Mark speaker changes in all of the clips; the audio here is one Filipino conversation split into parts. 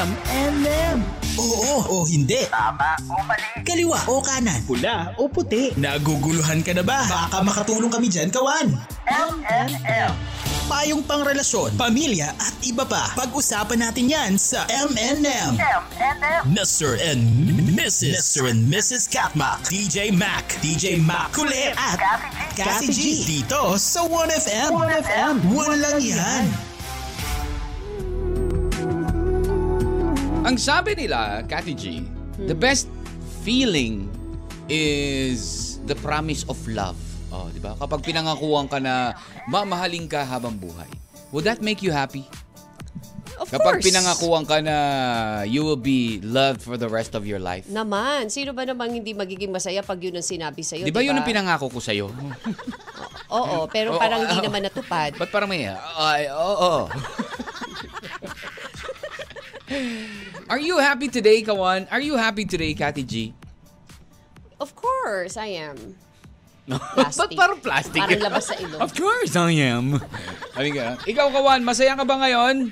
Speaker 1: and M. Oo o hindi.
Speaker 2: Tama o mali.
Speaker 1: Kaliwa o kanan.
Speaker 3: Pula o puti.
Speaker 1: Naguguluhan ka na ba? Baka makatulong kami dyan, kawan.
Speaker 2: MNM.
Speaker 1: Payong pangrelasyon, pamilya at iba pa. Pag-usapan natin yan sa MNM.
Speaker 2: MNM.
Speaker 1: Mr. and Mrs. Mr. and Mrs. Katma. DJ Mac. DJ Mac. Kulit at
Speaker 2: Kathy G.
Speaker 1: Kathy G. Dito sa 1FM.
Speaker 3: 1FM.
Speaker 1: Walang yan.
Speaker 4: Ang sabi nila, Cathy G,
Speaker 5: Hmm.
Speaker 4: the best feeling is the promise of love. Oh, di ba? Kapag pinangakuan ka na mamahalin ka habang buhay. Would that make you happy?
Speaker 5: Of
Speaker 4: Kapag
Speaker 5: course.
Speaker 4: pinangakuan ka na you will be loved for the rest of your life.
Speaker 5: Naman. Sino ba namang hindi magiging masaya pag yun ang sinabi sa'yo?
Speaker 4: Di
Speaker 5: diba?
Speaker 4: ba yun ang pinangako ko sa'yo?
Speaker 5: Oo,
Speaker 4: Oo,
Speaker 5: pero parang hindi
Speaker 4: oo.
Speaker 5: naman natupad.
Speaker 4: Ba't parang may... Ay, oo. Are you happy today, Kawan? Are you happy today, Cathy G?
Speaker 5: Of course, I am.
Speaker 4: Ba't parang plastic?
Speaker 5: Parang labas sa ilong.
Speaker 4: Of course I am. Halika. Ikaw, Kawan, masaya ka ba ngayon?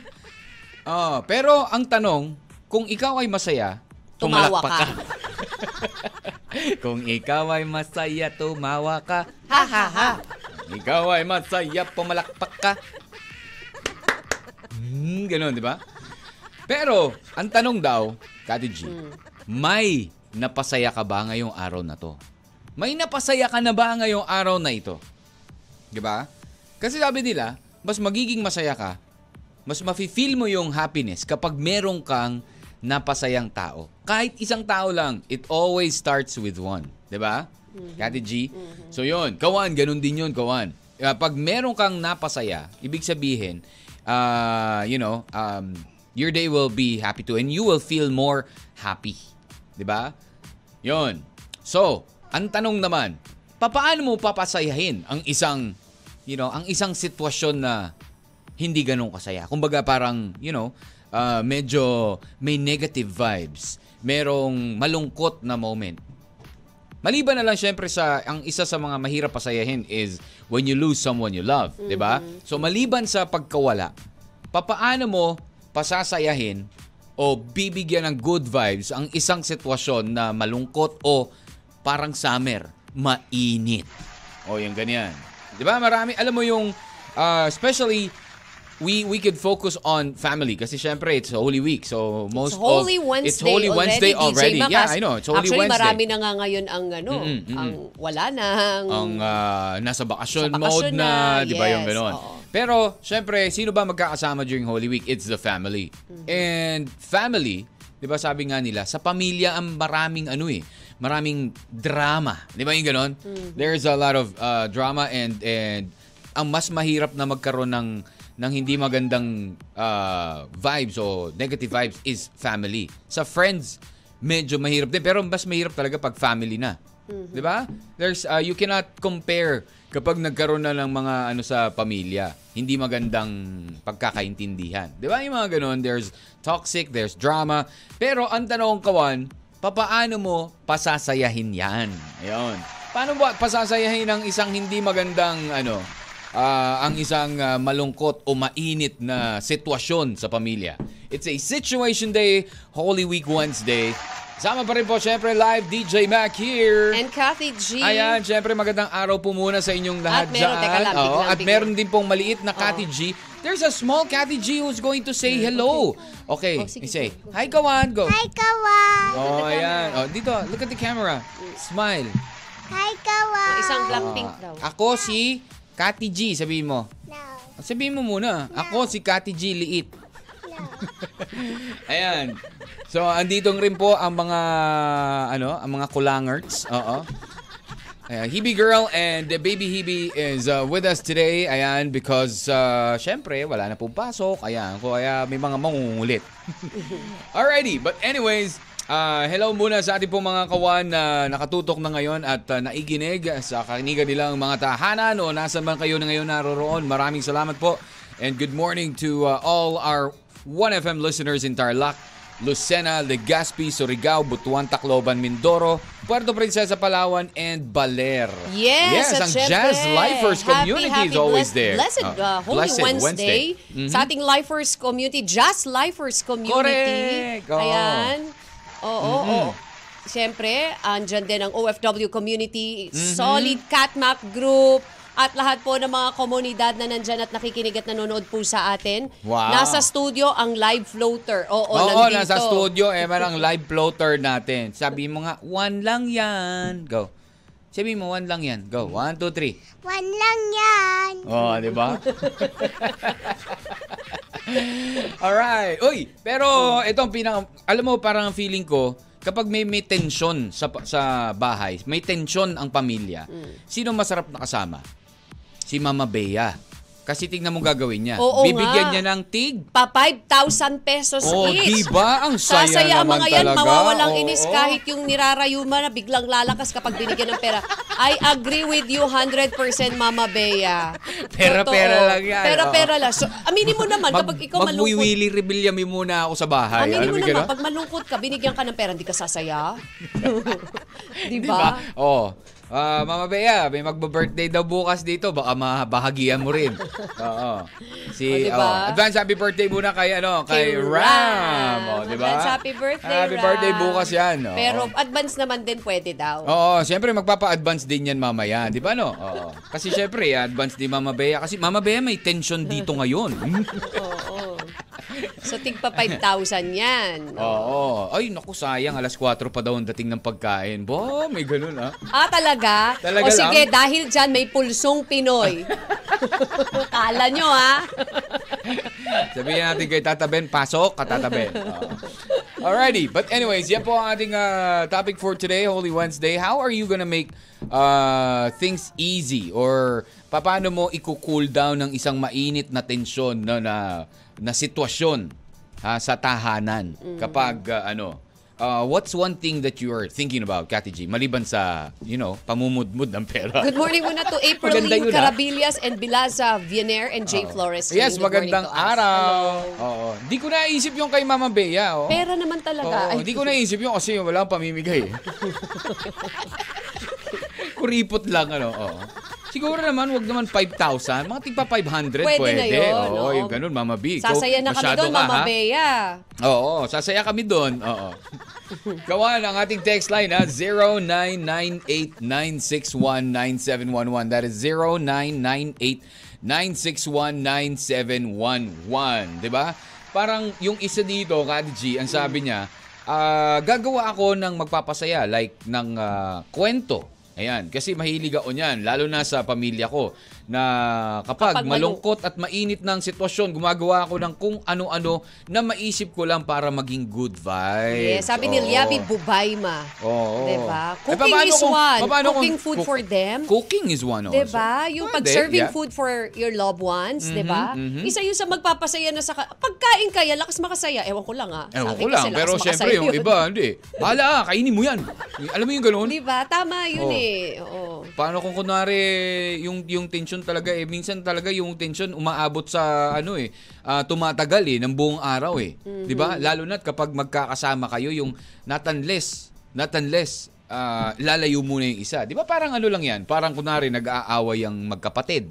Speaker 4: Oh, pero ang tanong, kung ikaw ay masaya,
Speaker 5: Tumawa
Speaker 4: tumalakpak
Speaker 5: ka.
Speaker 4: kung ikaw ay masaya, tumawa ka.
Speaker 5: Ha, ha, ha.
Speaker 4: Ikaw ay masaya, pumalakpak ka. Hmm, ganun, di ba? Pero, ang tanong daw, Kati G, may napasaya ka ba ngayong araw na to? May napasaya ka na ba ngayong araw na ito? Di ba? Kasi sabi nila, mas magiging masaya ka, mas mafe-feel mo yung happiness kapag merong kang napasayang tao. Kahit isang tao lang, it always starts with one. Di ba? Kati G? So yun, kawan, ganun din yun, kawan. Ah, Pag meron kang napasaya, ibig sabihin, ah, you know, um, your day will be happy too and you will feel more happy. Di ba? Yon. So, ang tanong naman, papaano mo papasayahin ang isang, you know, ang isang sitwasyon na hindi ganun kasaya? Kumbaga parang, you know, ah, medyo may negative vibes. Merong malungkot na moment. Maliban na lang syempre sa ang isa sa mga mahirap pasayahin is when you lose someone you love, 'di ba?
Speaker 5: Mm-hmm.
Speaker 4: So maliban sa pagkawala, papaano mo pasasayahin o bibigyan ng good vibes ang isang sitwasyon na malungkot o parang summer, mainit. O yung ganyan. 'Di ba? Marami alam mo yung uh, especially we we could focus on family kasi syempre it's Holy Week. So most
Speaker 5: It's Holy
Speaker 4: of
Speaker 5: Wednesday
Speaker 4: it's Holy Wednesday already.
Speaker 5: already. DJ
Speaker 4: Yeah,
Speaker 5: Makas.
Speaker 4: I know. It's Holy
Speaker 5: Actually,
Speaker 4: Wednesday
Speaker 5: marami na nga ngayon ang ano,
Speaker 4: Mm-mm, mm-mm.
Speaker 5: ang wala nang...
Speaker 4: ang ah, nasa bakasyon
Speaker 5: Sa
Speaker 4: mode
Speaker 5: bakasyon
Speaker 4: na,
Speaker 5: na,
Speaker 4: di ba yung
Speaker 5: yes,
Speaker 4: gano'n?
Speaker 5: oo.
Speaker 4: Pero, syempre, sino ba magkakasama during Holy Week? It's the family.
Speaker 5: Mm-hmm.
Speaker 4: And family, di ba sabi nga nila, sa pamilya ang maraming ano eh, maraming drama. Di ba yung gano'n?
Speaker 5: Mm-hmm.
Speaker 4: There's a lot of ah, drama and and ang mas mahirap na magkaroon ng ng hindi magandang ah, vibes o negative vibes is family. Sa friends, medyo mahirap din pero mas mahirap talaga pag family na. 'Di ba? There's uh, you cannot compare kapag nagkaroon na ng mga ano sa pamilya, hindi magandang pagkakaintindihan. 'Di ba? Yung mga ganun, there's toxic, there's drama. Pero ang tanong kawan, papaano mo pasasayahin 'yan? Ayun. Paano ba pasasayahin ang isang hindi magandang ano ah, ang isang ah, malungkot o mainit na sitwasyon sa pamilya. It's a Situation Day, Holy Week Wednesday. Sama pa rin po syempre live DJ Mac here.
Speaker 5: And Kathy G.
Speaker 4: Ayan, syempre magandang araw po muna sa inyong lahat
Speaker 5: At meron,
Speaker 4: dyan.
Speaker 5: teka lang,
Speaker 4: Oo,
Speaker 5: biglang
Speaker 4: at
Speaker 5: bigla.
Speaker 4: meron din pong maliit na Cathy G. There's a small Cathy G who's going to say hello. Okay,
Speaker 5: Oh, sige,
Speaker 4: say,
Speaker 5: go, go.
Speaker 4: hi Kawan, go.
Speaker 6: Hi, Kawan.
Speaker 4: Oh, ayan. Oh, dito, look at the camera. Smile.
Speaker 6: Hi, Kawan.
Speaker 5: Isang Blackpink
Speaker 4: Ah.
Speaker 5: daw.
Speaker 4: Ako si Cathy G, sabihin mo.
Speaker 6: No,
Speaker 4: Sabihin mo muna, ako si Kati G. Liit.
Speaker 6: no.
Speaker 4: Ayan. So, andito rin po ang mga, ano, ang mga kulangerts. Oo. Ayan, Hebe Girl and the Baby Hebe is uh, with us today. Ayan, because, uh, syempre, wala na pong pasok. Ayan, kaya may mga mangungulit. Alrighty, but anyways, ah, hello muna sa ating pong mga kawan na nakatutok na ngayon at ah, naiginig sa kaniga nilang mga tahanan o nasa man kayo na ngayon naroroon. Maraming salamat po and good morning to ah, all our 1FM listeners in Tarlac, Lucena, Legazpi, Surigao, Butuan, Tacloban, Mindoro, Puerto Princesa, Palawan, and Baler.
Speaker 5: Yes, at
Speaker 4: ang
Speaker 5: syempre,
Speaker 4: Jazz Lifers community
Speaker 5: happy,
Speaker 4: is always
Speaker 5: blessed-
Speaker 4: there.
Speaker 5: Blessed,
Speaker 4: Oh,
Speaker 5: uh, Holy
Speaker 4: blessed Mm-hmm.
Speaker 5: Wednesday, sa ating Lifers community, Jazz Lifers community.
Speaker 4: Correct, Oh. Mm-hmm. oo.
Speaker 5: Ayan. Oo, oo, oo. Siyempre, andyan din ang OFW community,
Speaker 4: Mm-hmm.
Speaker 5: solid CatMap group, at lahat po ng mga komunidad na nandyan at nakikinig at nanonood po sa atin.
Speaker 4: Wow.
Speaker 5: Nasa studio ang live floater. Oo,
Speaker 4: Oo,
Speaker 5: nandito.
Speaker 4: nasa studio, eh, merang live floater natin. Sabi mo nga, one lang yan. Go. Sabi mo, one lang yan. Go. One, two, three.
Speaker 6: One lang yan.
Speaker 4: Oh, di ba? Alright. Uy, pero itong pinaka alam mo parang ang feeling ko kapag may may tension sa pa- sa bahay, may tension ang pamilya.
Speaker 5: Mm.
Speaker 4: Sino masarap na kasama? Si Mama Bea. Kasi tingnan mo gagawin niya.
Speaker 5: Oo
Speaker 4: Bibigyan
Speaker 5: nga.
Speaker 4: niya ng tig.
Speaker 5: pa 5,000 pesos
Speaker 4: Oh,
Speaker 5: each.
Speaker 4: diba? Ang saya
Speaker 5: Sasaya ang
Speaker 4: naman
Speaker 5: mga yan,
Speaker 4: talaga.
Speaker 5: mawawalang
Speaker 4: Oo.
Speaker 5: inis kahit yung nirarayuma na biglang lalakas kapag binigyan ng pera. I agree with you 100% Mama Bea.
Speaker 4: Pera-
Speaker 5: Totoo.
Speaker 4: pera lang yan,
Speaker 5: Pera-pera
Speaker 4: oo.
Speaker 5: lang. So, aminin mo naman kapag ikaw malungkot.
Speaker 4: Magwiwili rebellion muna ako sa bahay.
Speaker 5: Aminin
Speaker 4: Alam
Speaker 5: mo
Speaker 4: ka
Speaker 5: naman,
Speaker 4: na?
Speaker 5: pag malungkot ka, binigyan ka ng pera, hindi ka sasaya. Di
Speaker 4: Di ba?
Speaker 5: ba?
Speaker 4: Oo. Diba? Ah, Mama Bea, may magba-birthday daw bukas dito. Baka mabahagian mo rin. Oo. Si,
Speaker 5: O, di
Speaker 4: oh,
Speaker 5: ba?
Speaker 4: advance happy birthday muna kay, ano, kay, Ram. O, di ba?
Speaker 5: Advance happy birthday,
Speaker 4: Happy
Speaker 5: Ram.
Speaker 4: birthday bukas yan. oh. oo.
Speaker 5: Pero advance naman din pwede daw.
Speaker 4: Oo, siyempre magpapa-advance din yan mamaya, di ba no? Oo. Kasi siyempre, advance din Mama Bea. Kasi Mama Bea may tension dito ngayon.
Speaker 5: Oo. So, tigpa 5,000 yan.
Speaker 4: Oo. Ay, naku, sayang. Alas 4 pa daw ang dating ng pagkain. Bo, may ganun ah.
Speaker 5: Ah, talaga?
Speaker 4: Talaga
Speaker 5: o sige,
Speaker 4: lang?
Speaker 5: dahil dyan may pulsong Pinoy. Kala nyo, ha?
Speaker 4: Sabihin natin kay Tata Ben, pasok ka Tata Ben. Oo. Alrighty, but anyways, yan po ang ating uh, topic for today, Holy Wednesday. How are you gonna make uh, things easy or paano mo i-cool down ng isang mainit na tensyon na na, na sitwasyon ha, sa tahanan
Speaker 5: Mm.
Speaker 4: kapag uh, ano uh, what's one thing that you are thinking about, Kati G, maliban sa, you know, pamumudmud ng pera?
Speaker 5: Good morning muna to April
Speaker 4: Maganda
Speaker 5: Lee
Speaker 4: yun, ah.
Speaker 5: Carabillas and Bilaza Viener and Jay Flores.
Speaker 4: Yes,
Speaker 5: Good morning
Speaker 4: magandang
Speaker 5: to us.
Speaker 4: araw.
Speaker 5: Hello.
Speaker 4: Oo. Di ko naisip yung kay Mama Bea. oo.
Speaker 5: Pera naman talaga.
Speaker 4: Oo,
Speaker 5: Ay,
Speaker 4: hindi ko naisip yun kasi wala akong pamimigay. eh. Kuripot lang, ano. oo. Siguro naman, wag naman 5,000. Mga tigpa 500 pwede.
Speaker 5: Pwede na yun,
Speaker 4: Oo,
Speaker 5: oo.
Speaker 4: yung ganun, Mama B. Ikaw,
Speaker 5: Sasaya na kami
Speaker 4: masyado
Speaker 5: doon,
Speaker 4: ka,
Speaker 5: Mama
Speaker 4: ha?
Speaker 5: Bea.
Speaker 4: Oo, sasaya kami doon. Oo. Gawa ng ating text line ha, 0998-961-9711. That is 0998-961-9711. Diba? Parang yung isa dito, Kati G, ang sabi niya, ah, gagawa ako ng magpapasaya, like ng ah, kwento. Ayan, kasi mahilig ako niyan, lalo na sa pamilya ko, na kapag, malungkot
Speaker 5: Kapag malung-
Speaker 4: malungkot at mainit ng sitwasyon, gumagawa ako ng kung ano-ano na maisip ko lang para maging good vibes.
Speaker 5: Yes, sabi ni
Speaker 4: Oo.
Speaker 5: Liabi Bubayma.
Speaker 4: Oo. oh.
Speaker 5: Diba?
Speaker 4: Eh,
Speaker 5: Cooking
Speaker 4: paano
Speaker 5: is
Speaker 4: kung-
Speaker 5: one.
Speaker 4: paano kung
Speaker 5: Cooking food
Speaker 4: cook-
Speaker 5: for them.
Speaker 4: Cooking is one also.
Speaker 5: Diba? Yung
Speaker 4: Oh, Pwede,
Speaker 5: pag-serving
Speaker 4: yeah. Mm-hmm,
Speaker 5: food for your loved ones, diba? Isa yun sa magpapasaya na sa... ka- Pagkain kaya, lakas makasaya. Ewan ko lang ah. Sa
Speaker 4: Ewan
Speaker 5: akin
Speaker 4: ko
Speaker 5: kasi
Speaker 4: Eh, lang,
Speaker 5: lakas
Speaker 4: pero
Speaker 5: makasaya
Speaker 4: syempre yung
Speaker 5: yun.
Speaker 4: iba, hindi. Bahala, ka, kainin mo yan. Alam mo yung ganun?
Speaker 5: Diba? Tama yun
Speaker 4: Oo.
Speaker 5: eh. Oo.
Speaker 4: Paano kung kunwari yung yung tension talaga eh minsan talaga yung tension umaabot sa ano eh ah, tumatagal eh ng buong araw eh. 'Di ba? Lalo na kapag magkakasama kayo yung not unless not unless ah, lalayo muna yung isa. 'Di ba? Parang ano lang 'yan. Parang kunwari nag-aaway ang magkapatid.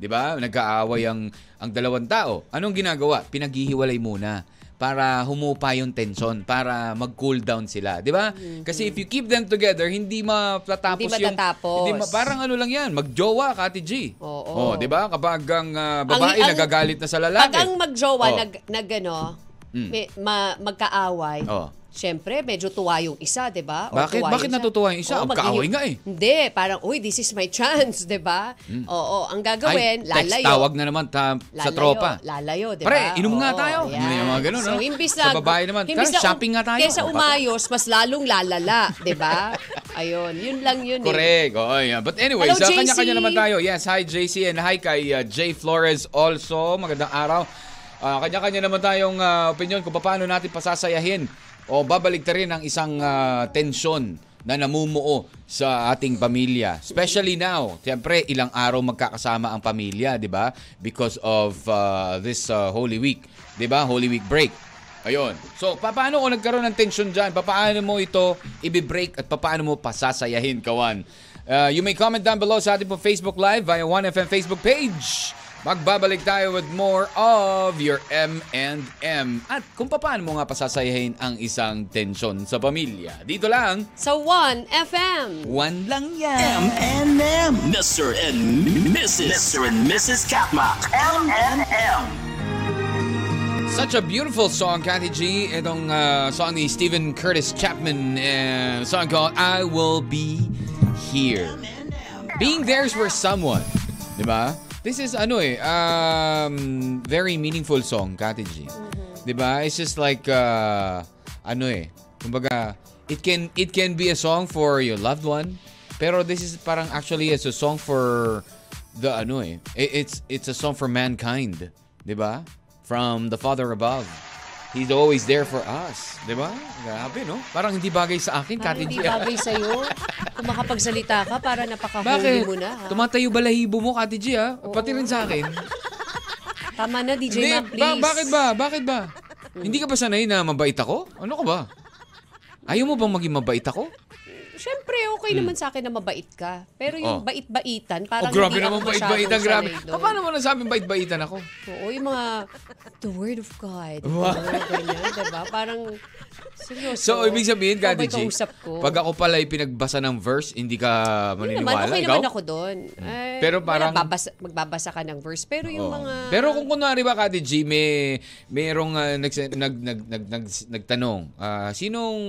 Speaker 4: 'Di ba? Nag-aaway ang ang dalawang tao. Anong ginagawa? Pinaghihiwalay muna para humupa yung tension, para mag-cool down sila, 'di ba? Kasi if you keep them together, hindi matatapos
Speaker 5: Hindi
Speaker 4: yung
Speaker 5: matatapos.
Speaker 4: hindi ma- parang ano lang 'yan, magjowa ka, Ate G. Oh,
Speaker 5: Oo.
Speaker 4: 'di ba? Kapag ang ah, babae
Speaker 5: Ang- ang-
Speaker 4: nagagalit na sa lalaki.
Speaker 5: Pag ang magjowa
Speaker 4: Oh.
Speaker 5: nag, nag ano,
Speaker 4: Mm.
Speaker 5: may, ma, magkaaway,
Speaker 4: Oo.
Speaker 5: syempre medyo tuwa yung isa, 'di ba? O
Speaker 4: Bakit?
Speaker 5: tuwa
Speaker 4: Bakit
Speaker 5: yung isa.
Speaker 4: natutuwa yung isa?
Speaker 5: Oo,
Speaker 4: Ang kaaway
Speaker 5: maghihi-
Speaker 4: nga eh. Mm.
Speaker 5: Hindi, parang, uy, this is my chance, 'di ba? Oo, ang gagawin,
Speaker 4: Ay, text
Speaker 5: lalayo.
Speaker 4: tawag na naman ta- sa
Speaker 5: Lalayo,
Speaker 4: tropa.
Speaker 5: Lalayo, di ba?
Speaker 4: Pare, inom nga
Speaker 5: Oo,
Speaker 4: tayo.
Speaker 5: ayan.
Speaker 4: Yung mga ganun,
Speaker 5: so,
Speaker 4: no?
Speaker 5: imbis
Speaker 4: Sa
Speaker 5: na,
Speaker 4: babae naman,
Speaker 5: imbis
Speaker 4: tara, shopping nga tayo.
Speaker 5: Kesa
Speaker 4: O, baka-
Speaker 5: umayos, mas lalong lalala, di ba? Ayun, yun lang yun eh.
Speaker 4: Correct. Oo, yeah. But anyway,
Speaker 5: Hello,
Speaker 4: sa
Speaker 5: JC.
Speaker 4: kanya-kanya naman tayo. Yes, hi JC and hi kay uh, Jay Flores also. Magandang araw. Ah, kanya-kanya naman tayong ah, opinion kung paano natin pasasayahin o babalik rin ang isang ah, tension na namumuo sa ating pamilya. Especially now, siyempre ilang araw magkakasama ang pamilya, 'di ba? Because of ah, this ah, Holy Week, 'di ba? Holy Week break. Ayun. So, paano kung nagkaroon ng tension dyan? Paano mo ito ibibreak at paano mo pasasayahin, kawan? Uh, you may comment down below sa ating pong Facebook Live via 1FM Facebook page. Magbabalik tayo with more of your M&M. At kung paano mo nga pasasayahin ang isang tension sa pamilya. Dito lang,
Speaker 5: Sa 1FM.
Speaker 4: one lang yan.
Speaker 1: M and M. Mr. and Mrs. Mr. and Mrs. Katmak. M and M.
Speaker 4: Such a beautiful song, Kathy G. Itong uh, song ni Stephen Curtis Chapman. Uh, song called I Will Be Here. Being there's for someone. Di ba? This is ano eh, um, very meaningful song, Kathy G.
Speaker 5: Mm-hmm.
Speaker 4: Di ba? It's just like, uh, ano eh, kumbaga, it can, it can be a song for your loved one. Pero this is parang actually it's a song for the ano eh. i- It's, it's a song for mankind. Di ba? From the Father above. He's always there for us. Di ba? Grabe, no? Parang hindi bagay sa akin, Kathy
Speaker 5: Parang hindi
Speaker 4: G.
Speaker 5: bagay sa'yo. Kung makapagsalita ka, para napakahuli
Speaker 4: Bakit?
Speaker 5: mo na. ha?
Speaker 4: Tumatayo balahibo mo, Kati G, ha? Pati rin sa akin.
Speaker 5: Tama na, DJ Mac, please. Hmm.
Speaker 4: ba- bakit ba? Bakit ba? Hindi ka ba sanay na mabait ako? Ano ka ba? Ayaw mo bang maging mabait ako?
Speaker 5: Siyempre, okay naman sa akin na mabait ka. Pero
Speaker 4: Hmm. Oh.
Speaker 5: yung bait-baitan,
Speaker 4: Oh,
Speaker 5: parang
Speaker 4: grabe
Speaker 5: hindi
Speaker 4: naman,
Speaker 5: ako
Speaker 4: bait-baitan,
Speaker 5: masyadong
Speaker 4: grabe.
Speaker 5: sanay doon.
Speaker 4: Pa- Ah, Paano mo nasabing bait-baitan ako?
Speaker 5: Oo, yung mga, the word of God.
Speaker 4: Wow.
Speaker 5: Yung mga ganyan, diba? Parang, seryoso.
Speaker 4: So, ibig sabihin,
Speaker 5: Ikaw
Speaker 4: Kati
Speaker 5: ba'y
Speaker 4: G,
Speaker 5: kausap ko.
Speaker 4: pag ako pala'y pinagbasa ng verse, hindi ka
Speaker 5: Yun
Speaker 4: maniniwala?
Speaker 5: naman, okay
Speaker 4: Ikaw? Hmm.
Speaker 5: naman ako doon. Eh,
Speaker 4: Pero parang-
Speaker 5: wala, babasa, magbabasa ka ng verse. Pero yung
Speaker 4: Oo.
Speaker 5: mga...
Speaker 4: Pero kung kunwari ba Kati G, may merong ah, nags- nag, nag, nag, nag, nagtanong, ah, sinong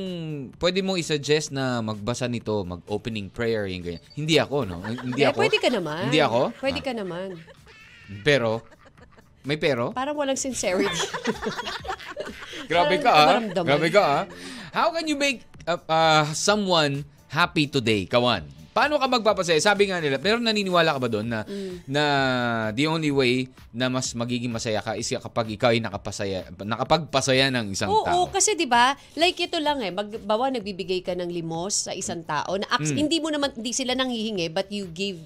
Speaker 4: pwede mong i-suggest na magbasa nito, mag-opening prayer, yung ganyan. Hindi ako, no? Hindi
Speaker 5: eh,
Speaker 4: ako.
Speaker 5: pwede ka naman.
Speaker 4: Hindi ako?
Speaker 5: Pwede
Speaker 4: Ah,
Speaker 5: ka naman.
Speaker 4: Pero, may pero?
Speaker 5: Parang walang sincerity.
Speaker 4: Grabe
Speaker 5: parang
Speaker 4: ka, ah.
Speaker 5: nararamdaman.
Speaker 4: Grabe ka, ah. How can you make uh, uh, someone happy today, Kawan? Paano ka magpapasaya? Sabi nga nila, pero naniniwala ka ba doon na,
Speaker 5: Mm.
Speaker 4: na the only way na mas magiging masaya ka is kapag ikaw ay nakapasaya, nakapagpasaya ng isang
Speaker 5: Oo,
Speaker 4: tao?
Speaker 5: kasi 'di ba? Like ito lang eh, magbawa nagbibigay ka ng limos sa isang tao na aks-
Speaker 4: Hmm.
Speaker 5: hindi mo naman hindi sila nanghihingi but you give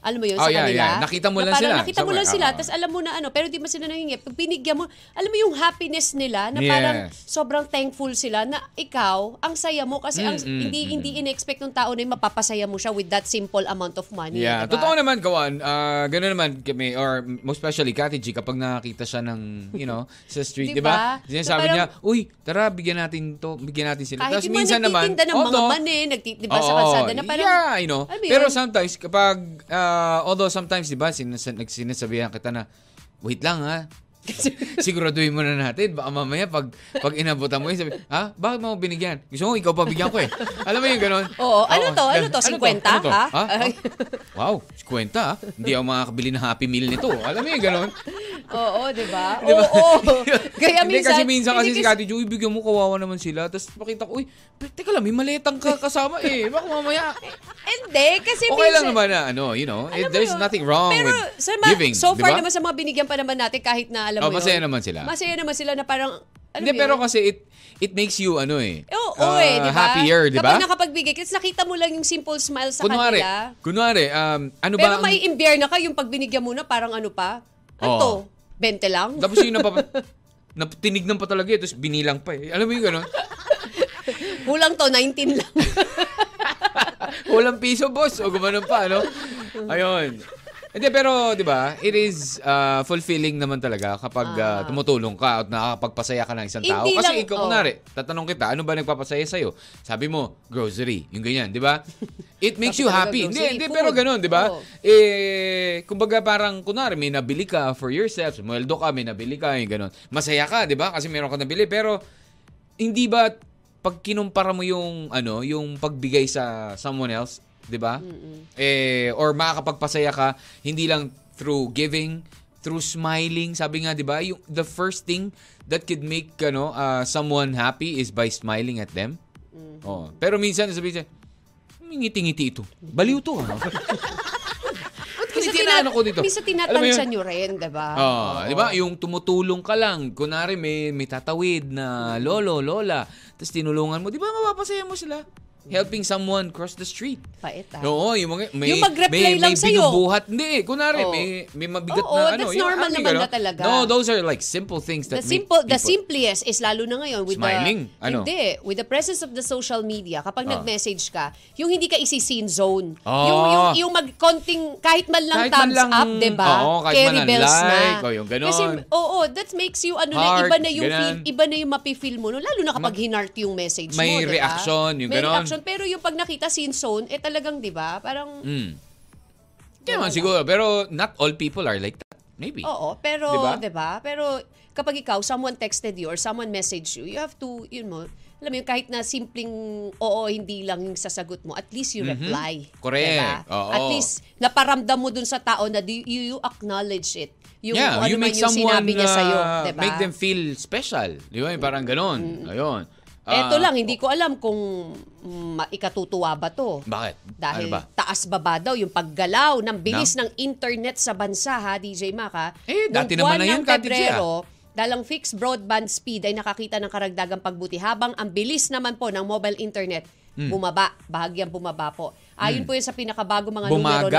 Speaker 5: alam mo yun
Speaker 4: Oh,
Speaker 5: sa
Speaker 4: yeah,
Speaker 5: kanila.
Speaker 4: yeah. Nakita mo
Speaker 5: Na
Speaker 4: lang
Speaker 5: parang
Speaker 4: sila
Speaker 5: Nakita mo
Speaker 4: somewhere. Ah.
Speaker 5: lang sila,
Speaker 4: Oo.
Speaker 5: tapos alam mo na ano, pero di man sila nangingi. Pag binigyan mo, alam mo yung happiness nila na
Speaker 4: Yes.
Speaker 5: parang sobrang thankful sila na ikaw, ang saya mo kasi ang,
Speaker 4: Mm, mm,
Speaker 5: hindi hindi in-expect ng tao na yung mapapasaya mo siya with that simple amount of money.
Speaker 4: Yeah,
Speaker 5: diba?
Speaker 4: totoo naman kawan. Ah, ganun naman kami or most especially Kati G kapag nakakita siya ng, you know, sa street, 'di ba?
Speaker 5: Diba?
Speaker 4: Sinasabi
Speaker 5: Parang-
Speaker 4: niya, "Uy, tara, bigyan natin 'to, bigyan natin sila."
Speaker 5: Kahit
Speaker 4: Tapos
Speaker 5: yung
Speaker 4: minsan
Speaker 5: mga
Speaker 4: naman,
Speaker 5: nagtitinda ng mga
Speaker 4: although-
Speaker 5: mani, nagtitinda ba Diba sa
Speaker 4: Oo,
Speaker 5: kalsada na parang,
Speaker 4: Yeah, I know.
Speaker 5: Alam mo
Speaker 4: Pero
Speaker 5: yun?
Speaker 4: sometimes kapag ah, although sometimes 'di ba, sinas- sinasabihan kita na, "Wait lang ha." Siguraduhin mo na natin. Baka mamaya pag, pag inabutan mo yun, sabi, ha? Bakit mo ako binigyan? Gusto mo, ikaw pa bigyan ko eh. Alam mo yung ganun?
Speaker 5: Oo, ano to? Ano to? 50,
Speaker 4: Ano to?
Speaker 5: ha?
Speaker 4: Ha? Wow, 50 ah. Hindi ako makakabili ng Happy Meal nito. Alam mo yung ganun?
Speaker 5: Oo, di ba?
Speaker 4: Di ba?
Speaker 5: Oo. Kaya
Speaker 4: Hindi,
Speaker 5: minsan,
Speaker 4: kasi minsan kasi
Speaker 5: hindi
Speaker 4: si Kati Joy, bigyan mo kawawa naman sila. Tapos makita ko, uy, pe- teka lang, may maletang ka kasama eh. Baka mamaya.
Speaker 5: Hindi, kasi
Speaker 4: Okay
Speaker 5: minsan.
Speaker 4: lang naman na, ano, you know, eh,
Speaker 5: Alam mo
Speaker 4: there's
Speaker 5: yun.
Speaker 4: nothing wrong
Speaker 5: Pero
Speaker 4: with
Speaker 5: sa ma-
Speaker 4: giving.
Speaker 5: So
Speaker 4: di ba?
Speaker 5: far naman sa mga binigyan pa naman natin kahit na alam
Speaker 4: Oh,
Speaker 5: mo yun.
Speaker 4: masaya naman sila.
Speaker 5: Masaya naman sila na parang, alam
Speaker 4: Hindi,
Speaker 5: mo
Speaker 4: pero
Speaker 5: yun?
Speaker 4: kasi it it makes you, ano eh,
Speaker 5: ano Eh, Oo,
Speaker 4: uh,
Speaker 5: eh, di ba?
Speaker 4: happier, di ba?
Speaker 5: Kapag nakapagbigay, kasi nakita mo lang yung simple smile sa
Speaker 4: Kunwari,
Speaker 5: kanila.
Speaker 4: kunwari, um, ano ba
Speaker 5: Pero
Speaker 4: ang-
Speaker 5: may imbier na ka, yung pagbinigyan mo na parang ano pa, ano
Speaker 4: Oo.
Speaker 5: to? 20 lang?
Speaker 4: Tapos yung napapa... nap- tinignan pa talaga eh, tapos binilang pa eh. Alam mo yung gano'n?
Speaker 5: Kulang to, 19 lang.
Speaker 4: Walang piso, boss. O gumanon pa, ano? Ayun. Hindi, pero, di ba, it is uh, fulfilling naman talaga kapag uh, tumutulong ka at nakakapagpasaya ka ng isang tao.
Speaker 5: Ah. Hindi
Speaker 4: Kasi
Speaker 5: lang-
Speaker 4: ikaw,
Speaker 5: oh.
Speaker 4: kunwari, tatanong kita, ano ba nagpapasaya sa'yo? Sabi mo, grocery, yung ganyan, di ba? It makes
Speaker 5: Dapat
Speaker 4: you
Speaker 5: talaga
Speaker 4: happy. Hindi,
Speaker 5: grocery,
Speaker 4: hindi,
Speaker 5: food.
Speaker 4: pero ganun, di ba?
Speaker 5: Oo.
Speaker 4: Eh, kumbaga parang, kunwari, may nabili ka for yourself, sumweldo ka, may nabili ka, yung ganun. Masaya ka, di ba? Kasi meron ka nabili, pero hindi ba pag kinumpara mo yung ano, yung pagbigay sa someone else, 'di ba? Eh or makakapagpasaya ka hindi lang through giving, through smiling, sabi nga 'di ba? Yung the first thing that could make ano uh, someone happy is by smiling at them. Oo. Pero minsan sabi siya, ngiti-ngiti ito. Baliw to. ah."
Speaker 5: Minsan
Speaker 4: Hindi na
Speaker 5: tina-
Speaker 4: ano ko dito.
Speaker 5: Minsan
Speaker 4: Alam mo yun?
Speaker 5: tinatansya nyo rin, di ba?
Speaker 4: Ah, 'di ba? Yung tumutulong ka lang, kunari may may tatawid na lolo, lola, tapos tinulungan mo, 'di ba mapapasaya mo sila? helping someone cross the street.
Speaker 5: Pait ah.
Speaker 4: Oo, yung mga, may,
Speaker 5: Yung mag-reply
Speaker 4: may, may
Speaker 5: lang sa'yo.
Speaker 4: binubuhat. Hindi eh, kunwari,
Speaker 5: Oo.
Speaker 4: may, may mabigat
Speaker 5: Oo,
Speaker 4: na ano.
Speaker 5: that's
Speaker 4: yung
Speaker 5: normal
Speaker 4: aking
Speaker 5: naman
Speaker 4: ano.
Speaker 5: na talaga.
Speaker 4: No, those are like simple things that
Speaker 5: The simple,
Speaker 4: make
Speaker 5: the
Speaker 4: people-
Speaker 5: simplest is lalo na ngayon with
Speaker 4: Smiling?
Speaker 5: the
Speaker 4: Ano?
Speaker 5: hindi with the presence of the social media. Kapag
Speaker 4: Ah.
Speaker 5: nag-message ka, yung hindi ka isi-scene zone.
Speaker 4: Ah.
Speaker 5: Yung yung yung magkonting kahit man lang
Speaker 4: Kahit man
Speaker 5: thumbs
Speaker 4: lang-
Speaker 5: up, 'di ba?
Speaker 4: Oo, kahit
Speaker 5: Carry
Speaker 4: man lang
Speaker 5: bells
Speaker 4: like,
Speaker 5: na.
Speaker 4: o yung ganon.
Speaker 5: Kasi oo, that makes you ano
Speaker 4: Heart,
Speaker 5: na iba na yung
Speaker 4: ganon.
Speaker 5: feel, iba na yung mapi-feel mo no, lalo na kapag hinart yung message mo,
Speaker 4: May
Speaker 5: 'di ba?
Speaker 4: reaction, yung
Speaker 5: May
Speaker 4: ganon.
Speaker 5: reaction, pero yung pag nakita scene zone, eh talagang 'di ba? Parang
Speaker 4: Mm. Hindi naman siguro, pero not all people are like that. Maybe.
Speaker 5: Oo, pero,
Speaker 4: Di ba?
Speaker 5: 'di ba? Pero kapag ikaw someone texted you or someone messaged you, you have to, yun mo, alam mo yun, kahit na simpleng oo, hindi lang yung sasagot mo, at least you reply.
Speaker 4: Mhm. Correct.
Speaker 5: Diba?
Speaker 4: Oo.
Speaker 5: At least naparamdam mo dun sa tao na do- you, you acknowledge it. Yung
Speaker 4: yeah,
Speaker 5: ano
Speaker 4: you
Speaker 5: man
Speaker 4: make
Speaker 5: yung
Speaker 4: someone
Speaker 5: sinabi niya sa'yo,
Speaker 4: uh,
Speaker 5: 'di ba?
Speaker 4: make them feel special. Di ba? Yung Parang ganon. Ayun. Ah,
Speaker 5: Eto lang, hindi ko alam kung mm, ikatutuwa ba to.
Speaker 4: Bakit?
Speaker 5: Dahil
Speaker 4: Ano ba?
Speaker 5: taas baba daw yung paggalaw ng bilis
Speaker 4: Na?
Speaker 5: ng internet sa bansa ha, DJ Maka.
Speaker 4: Eh,
Speaker 5: Nung
Speaker 4: dati naman
Speaker 5: buwan
Speaker 4: na yun,
Speaker 5: ng
Speaker 4: Kati G, ah.
Speaker 5: Pebrero, dalang fixed broadband speed ay nakakita ng karagdagang pagbuti habang ang bilis naman po ng mobile internet
Speaker 4: Hmm.
Speaker 5: bumaba, bahagyang bumaba po. Ayon po yun sa pinakabago mga
Speaker 4: Bumagal.
Speaker 5: numero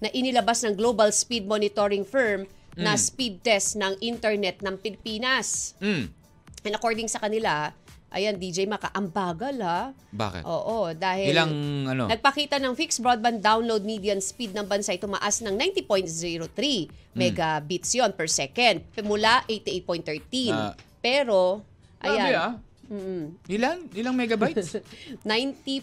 Speaker 5: na, na inilabas ng global speed monitoring firm na
Speaker 4: Hmm.
Speaker 5: speed test ng internet ng Pilipinas.
Speaker 4: Mm.
Speaker 5: And according sa kanila, ayan DJ Maka, ang bagal ha.
Speaker 4: Bakit?
Speaker 5: Oo, dahil
Speaker 4: Ilang, ano?
Speaker 5: nagpakita ng fixed broadband download median speed ng bansa ay tumaas ng 90.03
Speaker 4: Hmm.
Speaker 5: megabits yon per second mula 88.13.
Speaker 4: Ah.
Speaker 5: Pero
Speaker 4: Grabe, ah.
Speaker 5: ayan,
Speaker 4: Ilan? Ilang megabytes?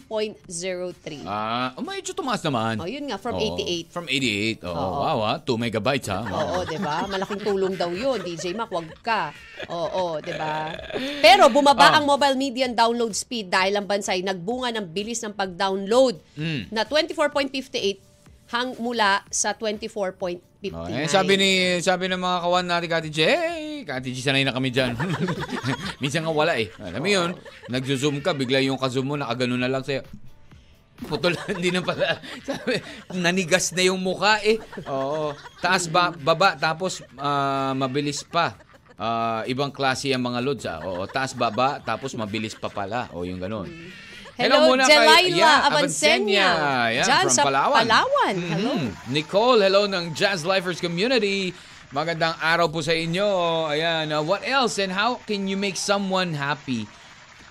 Speaker 5: 90.03.
Speaker 4: Ah, oh, medyo tumaas naman.
Speaker 5: Oh, yun nga, from
Speaker 4: Oo.
Speaker 5: 88.
Speaker 4: From 88. Oh,
Speaker 5: Oo.
Speaker 4: wow ah, 2 megabytes ha.
Speaker 5: Oo, 'di ba? Malaking tulong daw 'yun, DJ Mac, wag ka. Oo, 'di ba? Pero bumaba
Speaker 4: Ah.
Speaker 5: ang mobile median download speed dahil ang bansa ay nagbunga ng bilis ng pag-download
Speaker 4: Mm.
Speaker 5: na 24.58 hang mula sa 24.59.
Speaker 4: Oh, eh, sabi ni sabi ng mga kawan natin Kati G, eh, Kati G, sanay na kami diyan. Minsan nga wala eh. Alam mo 'yun, nagzo-zoom ka, bigla yung ka-zoom mo nakagano na lang sa'yo. Putol, hindi na pala. Sabi, nanigas na yung mukha eh. Oo. Taas ba, baba, tapos ah, mabilis pa. Ah, ibang klase ang mga lods ah. Oo, taas baba, tapos mabilis pa pala. O yung ganun.
Speaker 5: Hello,
Speaker 4: muna kay-
Speaker 5: Jelaila
Speaker 4: yeah,
Speaker 5: Avancenia.
Speaker 4: Yeah,
Speaker 5: Diyan
Speaker 4: from
Speaker 5: sa
Speaker 4: Palawan.
Speaker 5: Palawan.
Speaker 4: Mhm.
Speaker 5: Hello.
Speaker 4: Nicole, hello ng Jazz Lifers Community. Magandang araw po sa inyo. Ayan, uh, what else and how can you make someone happy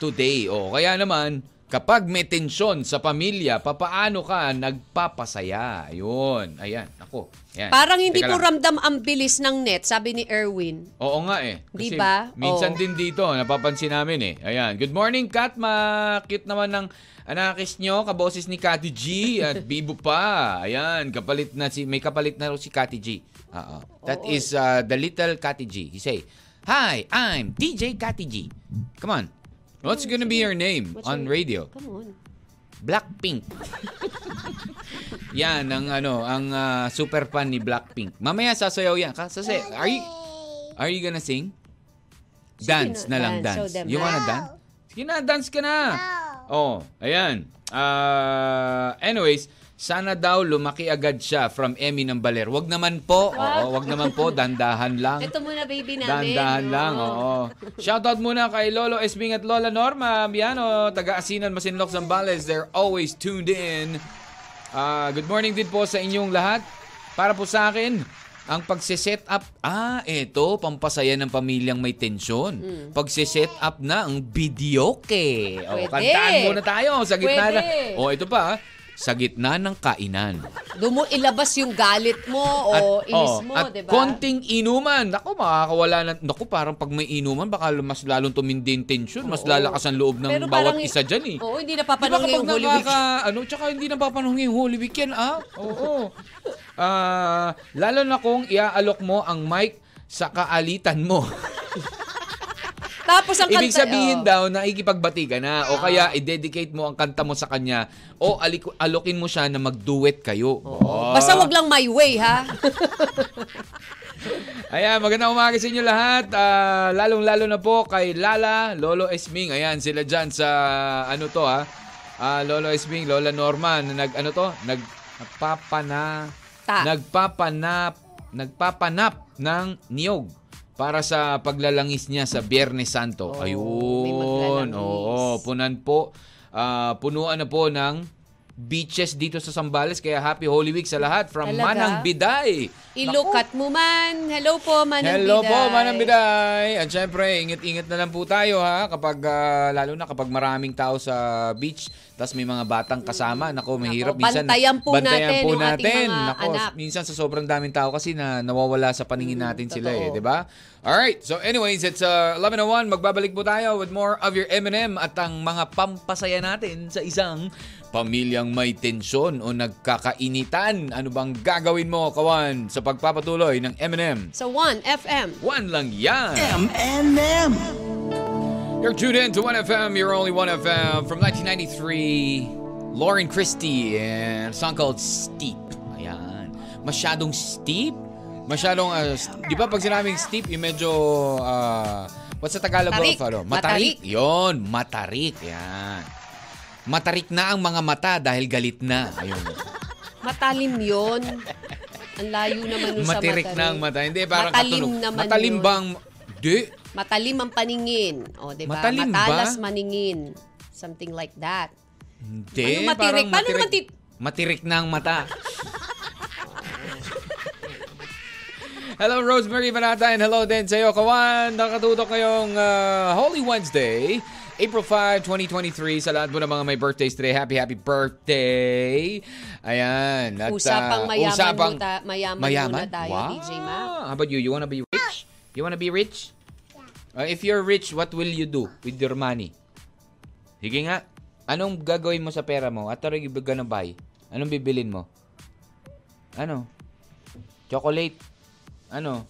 Speaker 4: today? O kaya naman, kapag may tensyon sa pamilya, papaano ka nagpapasaya? Ayun, ayan, ako. Ayan.
Speaker 5: Parang hindi
Speaker 4: Teka
Speaker 5: ko
Speaker 4: lang.
Speaker 5: ramdam ang bilis ng net, sabi ni Erwin.
Speaker 4: Oo nga eh. Kasi
Speaker 5: Di ba?
Speaker 4: Minsan
Speaker 5: Diba? Oo.
Speaker 4: din dito, napapansin namin eh. Ayan. Good morning, Katma. Cute naman ng anakis nyo, kaboses ni Kati G at Bibo pa. Ayan, kapalit na si, may kapalit na raw si Kati G. Oo. That
Speaker 5: Oo.
Speaker 4: is uh, the little Kati G. He say, Hi, I'm DJ Kati G. Come on. What's gonna be your name
Speaker 5: Oh, What's
Speaker 4: on
Speaker 5: your-
Speaker 4: radio?
Speaker 5: Come on.
Speaker 4: Blackpink. yan ang ano, ang uh, super fan ni Blackpink. Mamaya sasayaw yan. Kasi, are you, Are you gonna sing? Dance na
Speaker 5: na,
Speaker 4: lang
Speaker 5: dance. Show
Speaker 4: dance.
Speaker 5: them
Speaker 4: You wanna
Speaker 6: dance.
Speaker 4: dance? Sige na, dance ka na. Oh, ayan. Ah, anyways, sana daw lumaki agad siya from Emmy ng Baler. Wag naman po. Oo, wag naman po. Dandahan lang.
Speaker 5: Ito muna baby namin.
Speaker 4: Dandahan lang, oo. Shoutout muna kay Lolo Esbing at Lola Norma Biano, taga-asinan Masinloc Zambales. They're always tuned in. Ah, good morning din po sa inyong lahat. Para po sa akin, ang pagse-set up, ah, eto, pampasaya ng pamilyang may tensyon.
Speaker 5: Hmm.
Speaker 4: Pagse-set up na ang videoke. O,
Speaker 5: Pwede.
Speaker 4: kantaan muna tayo sa gitna na.
Speaker 5: Pwede.
Speaker 4: O, ito pa, ah, sa gitna ng kainan.
Speaker 5: Dumo ilabas yung galit mo o inis
Speaker 4: oh,
Speaker 5: mo, diba?
Speaker 4: at
Speaker 5: 'di ba?
Speaker 4: konting inuman. Naku, makakawala na. Naku, parang pag may inuman, baka mas lalong tumindi yung tension. Mas
Speaker 5: Oo.
Speaker 4: lalakas ang loob ng
Speaker 5: Pero
Speaker 4: bawat
Speaker 5: parang-
Speaker 4: isa dyan eh.
Speaker 5: Oo, hindi
Speaker 4: Di ba
Speaker 5: napapanong
Speaker 4: kapag
Speaker 5: yung Holy Week.
Speaker 4: nakaka, ano, tsaka hindi napapanong yung Holy Week yan, ah? Oo. Ah, lalo na kung iaalok mo ang mic sa kaalitan mo.
Speaker 5: Tapos ang
Speaker 4: Ibig
Speaker 5: kanta- Ah.
Speaker 4: sabihin
Speaker 5: oh.
Speaker 4: daw, nakikipagbati ka na. O kaya, i-dedicate mo ang kanta mo sa kanya. O alik- alokin mo siya na mag-duet kayo. Oo.
Speaker 5: Basta wag lang my way, ha?
Speaker 4: Ayan, magandang umaga sa inyo lahat. Ah, Lalong-lalo na po kay Lala, Lolo Esming. Ayan, sila dyan sa ano to ha. Ah, Lolo Esming, Lola Norma, na nag ano to? Nag nagpapana
Speaker 5: Ta.
Speaker 4: nagpapanap nagpapanap ng niyog para sa paglalangis niya sa Biyernes Santo.
Speaker 5: Oh, may
Speaker 4: Ayun.
Speaker 5: maglalangis.
Speaker 4: Oo, punan po. ah, punuan na po ng beaches dito sa Sambales. Kaya happy Holy Week sa lahat from
Speaker 5: Talaga?
Speaker 4: Manang Biday.
Speaker 5: Ilokat mo man. Hello po, Manang
Speaker 4: Hello
Speaker 5: Biday.
Speaker 4: po, Manang Biday. At syempre, ingat-ingat na lang po tayo ha. Kapag, ah, lalo na kapag maraming tao sa beach, tapos may mga batang kasama. Nako, mahirap.
Speaker 5: Nako, bantayan po natin
Speaker 4: po
Speaker 5: yung ating
Speaker 4: natin.
Speaker 5: mga
Speaker 4: Nako,
Speaker 5: anak. Hmm,
Speaker 4: minsan sa sobrang daming tao kasi na nawawala sa paningin natin sila eh,
Speaker 5: totoo.
Speaker 4: 'di ba? All right. So anyways, it's uh, 11:01. Magbabalik po tayo with more of your M&M at ang mga pampasaya natin sa isang pamilyang may tensyon o nagkakainitan. Ano bang gagawin mo, kawan, sa pagpapatuloy ng M&M?
Speaker 5: Sa 1FM.
Speaker 4: One lang yan.
Speaker 1: M&M.
Speaker 4: You're tuned in to 1FM, you're only 1FM from 1993. Lauren Christie and a song called Steep. Ayan. Masyadong steep? Masyadong, ah, s- di ba pag sinabing steep, yung medyo, ah, what's sa Tagalog?
Speaker 5: Tarik.
Speaker 4: Faro? Matarik.
Speaker 5: Matarik.
Speaker 4: Yun, matarik. Yan. Matarik na ang mga mata dahil galit na. Ayun.
Speaker 5: Matalim yun. Ang layo naman nun sa
Speaker 4: Matirik na ang mata. Hindi, parang
Speaker 5: Matalim
Speaker 4: katunog.
Speaker 5: naman
Speaker 4: Matalim
Speaker 5: yun.
Speaker 4: bang, di,
Speaker 5: Matalim ang paningin. O, di ba?
Speaker 4: Matalim ba?
Speaker 5: Matalas maningin. Something like that.
Speaker 4: hindi.
Speaker 5: Anong Ano, matirik?
Speaker 4: parang
Speaker 5: Paano naman tit-
Speaker 4: Matirik na ang mata. Hello Rosemary Manata and hello din sa iyo. Kawan, nakatutok ngayong ah, Holy Wednesday, April 5, 2023. Sa lahat po ng mga may birthdays today, happy, happy birthday. Ayan. At, ah,
Speaker 5: Usapang mayaman
Speaker 4: usapang
Speaker 5: mo ta- mayaman muna tayo,
Speaker 4: wow.
Speaker 5: DJ Mac.
Speaker 4: How about you? You wanna be rich? You wanna be rich? Uh, if you're rich, what will you do with your money? Sige nga. Anong gagawin mo sa pera mo? At are you gonna buy? Anong bibilin mo? Ano? Chocolate? Ano?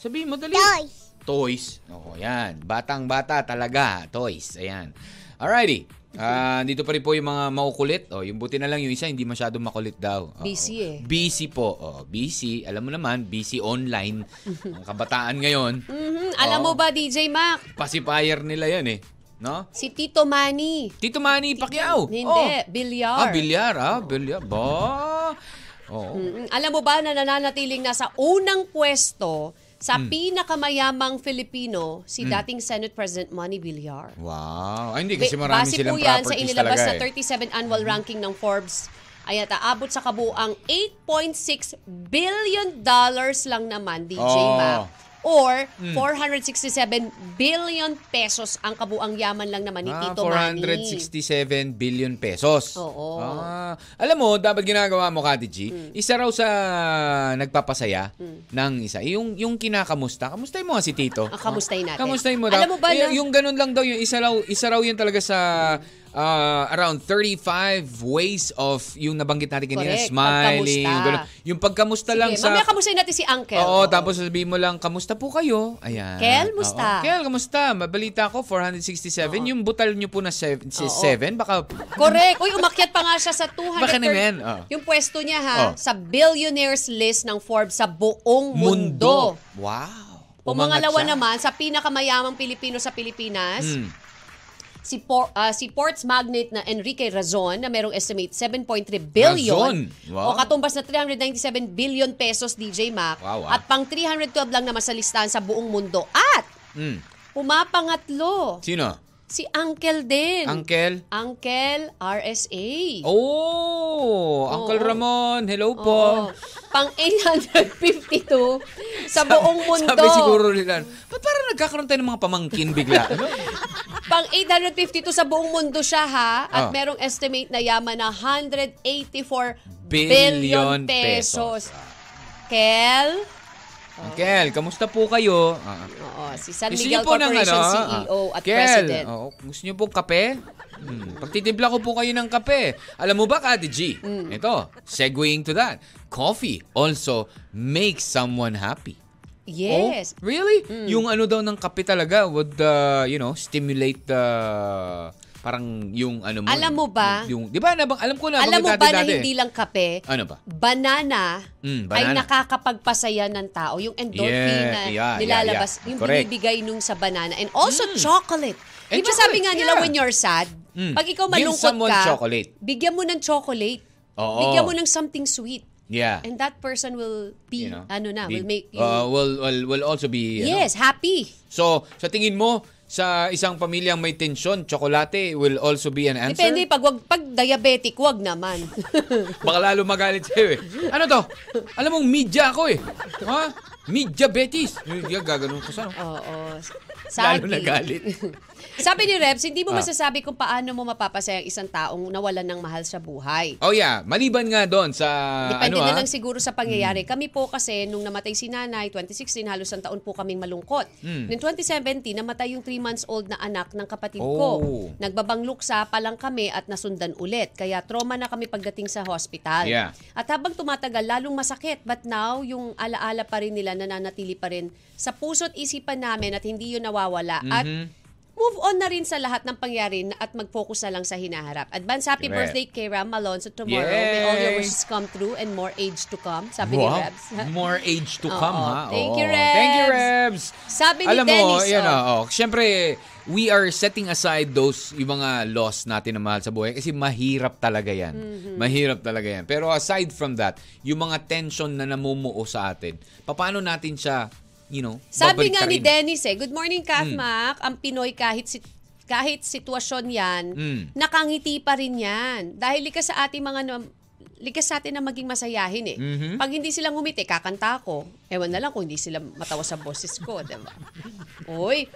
Speaker 4: Sabihin mo, dali.
Speaker 6: Toys.
Speaker 4: Toys. Oo, yan. Batang-bata talaga. Toys. Ayan. Alrighty. Ah, dito pa rin po yung mga makukulit. Oh, yung buti na lang yung isa hindi masyadong makulit daw. Oo.
Speaker 5: Busy eh.
Speaker 4: Busy po. Oh, busy. Alam mo naman, busy online. Ang kabataan ngayon,
Speaker 5: Mhm.
Speaker 4: Oh.
Speaker 5: Alam mo ba, DJ Mac?
Speaker 4: pacifier nila yan eh. No?
Speaker 5: Si Tito Manny.
Speaker 4: Tito Manny Pacquiao.
Speaker 5: Hindi,
Speaker 4: Oh. Ah,
Speaker 5: bilyar.
Speaker 4: bilyar. Ah, bilyar. Ba? Oo.
Speaker 5: Mm, Alam mo ba na nananatiling nasa unang pwesto sa
Speaker 4: Mm.
Speaker 5: pinakamayamang Filipino si dating Senate President Manny Villar.
Speaker 4: Wow. Ay, Mm. hindi kasi
Speaker 5: Be-
Speaker 4: marami
Speaker 5: base
Speaker 4: silang
Speaker 5: po yan sa
Speaker 4: properties
Speaker 5: inilabas
Speaker 4: talaga eh. Mm-hmm.
Speaker 5: na 37 annual ranking ng Forbes ay at aabot sa kabuang 8.6 billion dollars lang naman DJ
Speaker 4: Oh. Mm.
Speaker 5: Mac or 467 billion pesos ang kabuang yaman lang naman ni
Speaker 4: Ah,
Speaker 5: Tito Manny.
Speaker 4: 467 billion pesos.
Speaker 5: Oo. Hmm.
Speaker 4: Ah, alam mo, dapat ginagawa mo, Kati G, isa raw sa nagpapasaya ng isa. Yung, yung kinakamusta. Kamustay mo nga si Tito.
Speaker 5: Ah, kamustahin natin.
Speaker 4: Kamustahin mo daw.
Speaker 5: Alam mo ba
Speaker 4: Eh,
Speaker 5: na-
Speaker 4: yung ganun lang daw, yung isa raw, isa raw yun talaga sa ah, around 35 ways of yung nabanggit natin kanina,
Speaker 5: Correct.
Speaker 4: smiling. Yung,
Speaker 5: Pagkamusta.
Speaker 4: ganun. yung pagkamusta lang
Speaker 5: Sige,
Speaker 4: sa...
Speaker 5: mamaya kamustahin natin si Uncle.
Speaker 4: Oo, tapos sabihin mo lang, kamusta po kayo? Ayan.
Speaker 5: Kel,
Speaker 4: Oo.
Speaker 5: musta?
Speaker 4: Kel, kamusta? Mabalita ko, 467. Yung butal nyo po na 7,
Speaker 5: Oo.
Speaker 4: baka...
Speaker 5: Correct. Uy, umakyat pa nga siya sa 200.
Speaker 4: Baka naman, oh.
Speaker 5: Yung pwesto niya ha,
Speaker 4: Oh.
Speaker 5: sa billionaires list ng Forbes sa buong mundo.
Speaker 4: Wow. Umangat
Speaker 5: Pumangalawa
Speaker 4: siya.
Speaker 5: naman sa pinakamayamang Pilipino sa Pilipinas,
Speaker 4: Mm.
Speaker 5: si, por, ah, si ports magnate na Enrique Razon na merong estimate 7.3 billion
Speaker 4: Razon. Wow.
Speaker 5: o katumbas na 397 billion pesos DJ Mac
Speaker 4: Wow, ah.
Speaker 5: at pang 312 lang naman sa listahan sa buong mundo. At
Speaker 4: Mm.
Speaker 5: pumapangatlo
Speaker 4: Sino?
Speaker 5: si Uncle din.
Speaker 4: Uncle?
Speaker 5: Uncle RSA.
Speaker 4: Oh, Uncle
Speaker 5: Oo.
Speaker 4: Ramon. Hello po.
Speaker 5: Oo. Pang 852 sa buong mundo.
Speaker 4: Sabi siguro nila, ba't parang nagkakaroon tayo ng mga pamangkin bigla? Ano?
Speaker 5: Pang 852 sa buong mundo siya ha.
Speaker 4: Oh.
Speaker 5: At merong estimate na yaman na 184 billion,
Speaker 4: Billion
Speaker 5: pesos.
Speaker 4: pesos.
Speaker 5: Kel?
Speaker 4: Uncle, kamusta po kayo? Ah.
Speaker 5: Oo, si San
Speaker 4: Gusto niyo
Speaker 5: Miguel
Speaker 4: po ng
Speaker 5: Corporation
Speaker 4: ano?
Speaker 5: CEO
Speaker 4: Ah,
Speaker 5: at
Speaker 4: Kel,
Speaker 5: President.
Speaker 4: oo, gusto niyo pong kape? Hmm. Pagtitimpla ko po kayo ng kape. Alam mo ba, Kati G?
Speaker 5: Mm.
Speaker 4: Ito, segueing to that. Coffee also makes someone happy.
Speaker 5: Yes. Mm.
Speaker 4: Oh, really? Yung ano daw ng kape talaga would, uh, you know, stimulate the... parang yung ano mo.
Speaker 5: Alam mo ba?
Speaker 4: Yung, di ba, nabang, alam ko na.
Speaker 5: Alam mo
Speaker 4: bakit
Speaker 5: ba
Speaker 4: Oh, dati-
Speaker 5: na
Speaker 4: dati.
Speaker 5: hindi lang kape?
Speaker 4: Ano ba?
Speaker 5: Banana,
Speaker 4: Mm,
Speaker 5: ay
Speaker 4: banana.
Speaker 5: nakakapagpasaya ng tao. Yung endorphin
Speaker 4: Yeah,
Speaker 5: na
Speaker 4: yeah, yeah,
Speaker 5: nilalabas,
Speaker 4: yeah.
Speaker 5: yung
Speaker 4: Correct. Mm.
Speaker 5: binibigay nung sa banana. And also chocolate.
Speaker 4: And
Speaker 5: Di ba
Speaker 4: chocolate,
Speaker 5: sabi nga nila
Speaker 4: yeah.
Speaker 5: when you're sad,
Speaker 4: Mm.
Speaker 5: pag ikaw
Speaker 4: Give
Speaker 5: malungkot
Speaker 4: someone
Speaker 5: ka,
Speaker 4: chocolate.
Speaker 5: bigyan mo ng chocolate.
Speaker 4: Oo.
Speaker 5: Bigyan mo ng something sweet.
Speaker 4: Yeah.
Speaker 5: And that person will
Speaker 4: you
Speaker 5: be,
Speaker 4: know,
Speaker 5: ano na,
Speaker 4: big-
Speaker 5: will make you,
Speaker 4: Uh, will, will, will also be, ano,
Speaker 5: yes, happy.
Speaker 4: So, sa tingin mo, sa isang pamilyang may tensyon, tsokolate will also be an answer?
Speaker 5: Depende, pag, wag, pag diabetic, wag naman.
Speaker 4: Baka lalo magalit sa'yo eh. Ano to? Alam mong media ako eh. Ha? Media Betis. Yung gaganon ko sa'yo.
Speaker 5: Oo.
Speaker 4: Lalo
Speaker 5: Sagi.
Speaker 4: nagalit.
Speaker 5: Sabi ni Reps, hindi mo
Speaker 4: Ah.
Speaker 5: masasabi kung paano mo mapapasaya ang isang taong nawalan ng mahal sa buhay.
Speaker 4: Oh yeah, maliban nga doon sa
Speaker 5: Depende
Speaker 4: ano
Speaker 5: na
Speaker 4: ah. Hmm.
Speaker 5: lang siguro sa pangyayari. Kami po kasi, nung namatay si nanay, 2016, halos ang taon po kaming malungkot.
Speaker 4: Hmm.
Speaker 5: Noong 2017, namatay yung 3 months old na anak ng kapatid ko.
Speaker 4: Oh.
Speaker 5: Nagbabangluksa pa lang kami at nasundan ulit. Kaya trauma na kami pagdating sa hospital.
Speaker 4: Yeah.
Speaker 5: At habang tumatagal, lalong masakit. But now, yung alaala pa rin nila nananatili pa rin sa puso't isipan namin at hindi yun nawawala. At
Speaker 4: Mm-hmm.
Speaker 5: move on na rin sa lahat ng pangyari na- at mag-focus na lang sa hinaharap. Advance happy
Speaker 4: Correct.
Speaker 5: birthday kay Ram Malonzo tomorrow. May all your
Speaker 4: Yay!
Speaker 5: wishes come true and more age to come, sabi ni
Speaker 4: Wow.
Speaker 5: Rebs.
Speaker 4: More age to
Speaker 5: Oo.
Speaker 4: come, ha?
Speaker 5: Thank
Speaker 4: Oo.
Speaker 5: you, Rebs.
Speaker 4: Thank you, Rebs.
Speaker 5: Sabi ni
Speaker 4: Alam mo,
Speaker 5: Dennis,
Speaker 4: yan,
Speaker 5: oh.
Speaker 4: oh. Siyempre, we are setting aside those, yung mga loss natin na mahal sa buhay kasi mahirap talaga yan.
Speaker 5: Mm-hmm.
Speaker 4: Mahirap talaga yan. Pero aside from that, yung mga tension na namumuo sa atin, paano natin siya, you know,
Speaker 5: Sabi nga ni
Speaker 4: babaliktarin?
Speaker 5: Dennis eh, good morning
Speaker 4: Mm.
Speaker 5: Kafmak, ang Pinoy kahit si kahit sitwasyon 'yan,
Speaker 4: Mm.
Speaker 5: nakangiti pa rin 'yan. Dahil likas sa ating mga nam- likas sa atin na maging masayahin eh.
Speaker 4: Mm-hmm.
Speaker 5: Pag hindi sila ngumiti, kakanta ako. Ewan na lang kung hindi sila matawa sa boses ko, 'di ba? Oy,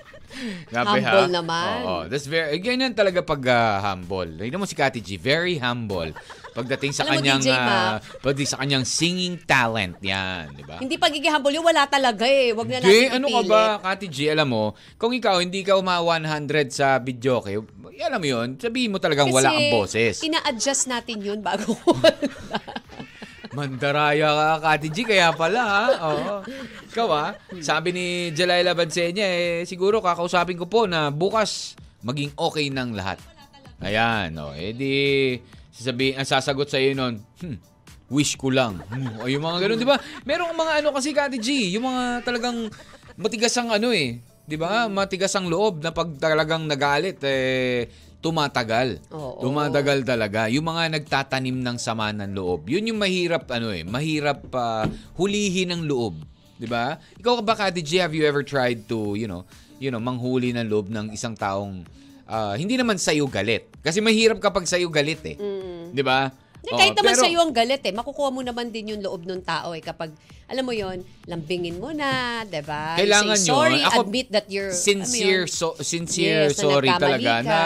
Speaker 4: Grabe, ha?
Speaker 5: Humble naman.
Speaker 4: Oo, that's very, eh, ganyan talaga pag ah, humble. Hindi mo si Kati G, very humble. Pagdating sa
Speaker 5: Alam mo,
Speaker 4: kanyang,
Speaker 5: DJ Mac.
Speaker 4: ah, pagdating sa kanyang singing talent, yan, di ba?
Speaker 5: hindi pagigihambol yun, wala talaga eh. Wag na
Speaker 4: Hindi,
Speaker 5: natin
Speaker 4: ano ka
Speaker 5: ipilit.
Speaker 4: ba, Kati G, alam mo, kung ikaw hindi ka uma 100 sa video, okay, alam mo yun, sabihin mo talagang
Speaker 5: Kasi
Speaker 4: wala ang boses.
Speaker 5: Ina-adjust natin yun bago kumanta.
Speaker 4: Mandaraya ka, Kati G, kaya pala, ha? Oo. Ikaw, ha? Sabi ni Jelaila Bansenya, eh, siguro kakausapin ko po na bukas maging okay ng lahat. Ayan, o. Eh di, sasabi, ang sasagot sa iyo nun, hmm, wish ko lang. Hmm, o yung mga ganun, di ba? Merong mga ano kasi, Kati G, yung mga talagang matigas ang ano eh. Di ba? Matigas ang loob na pag talagang nagalit, eh, tumatagal.
Speaker 5: Oo.
Speaker 4: Tumatagal tagal talaga. Yung mga nagtatanim ng sama ng loob. Yun yung mahirap ano eh, mahirap ah, hulihin ng loob, 'di ba? Ikaw ka ba Kati G, have you ever tried to, you know, you know, manghuli ng loob ng isang taong ah, hindi naman sa'yo galit. Kasi mahirap kapag sa'yo galit eh. 'Di ba?
Speaker 5: Mm. Hindi,
Speaker 4: Oo,
Speaker 5: kahit naman
Speaker 4: Oh, pero-
Speaker 5: sa'yo ang galit eh, makukuha mo naman din yung loob ng tao eh. Kapag, alam mo yon lambingin mo na, di ba? You
Speaker 4: Kailangan
Speaker 5: say
Speaker 4: yun.
Speaker 5: sorry,
Speaker 4: Ako,
Speaker 5: admit that you're,
Speaker 4: sincere
Speaker 5: alam mo
Speaker 4: so,
Speaker 5: yun,
Speaker 4: sincere
Speaker 5: Yes, na
Speaker 4: sorry
Speaker 5: nagkamali
Speaker 4: talaga
Speaker 5: ka.
Speaker 4: na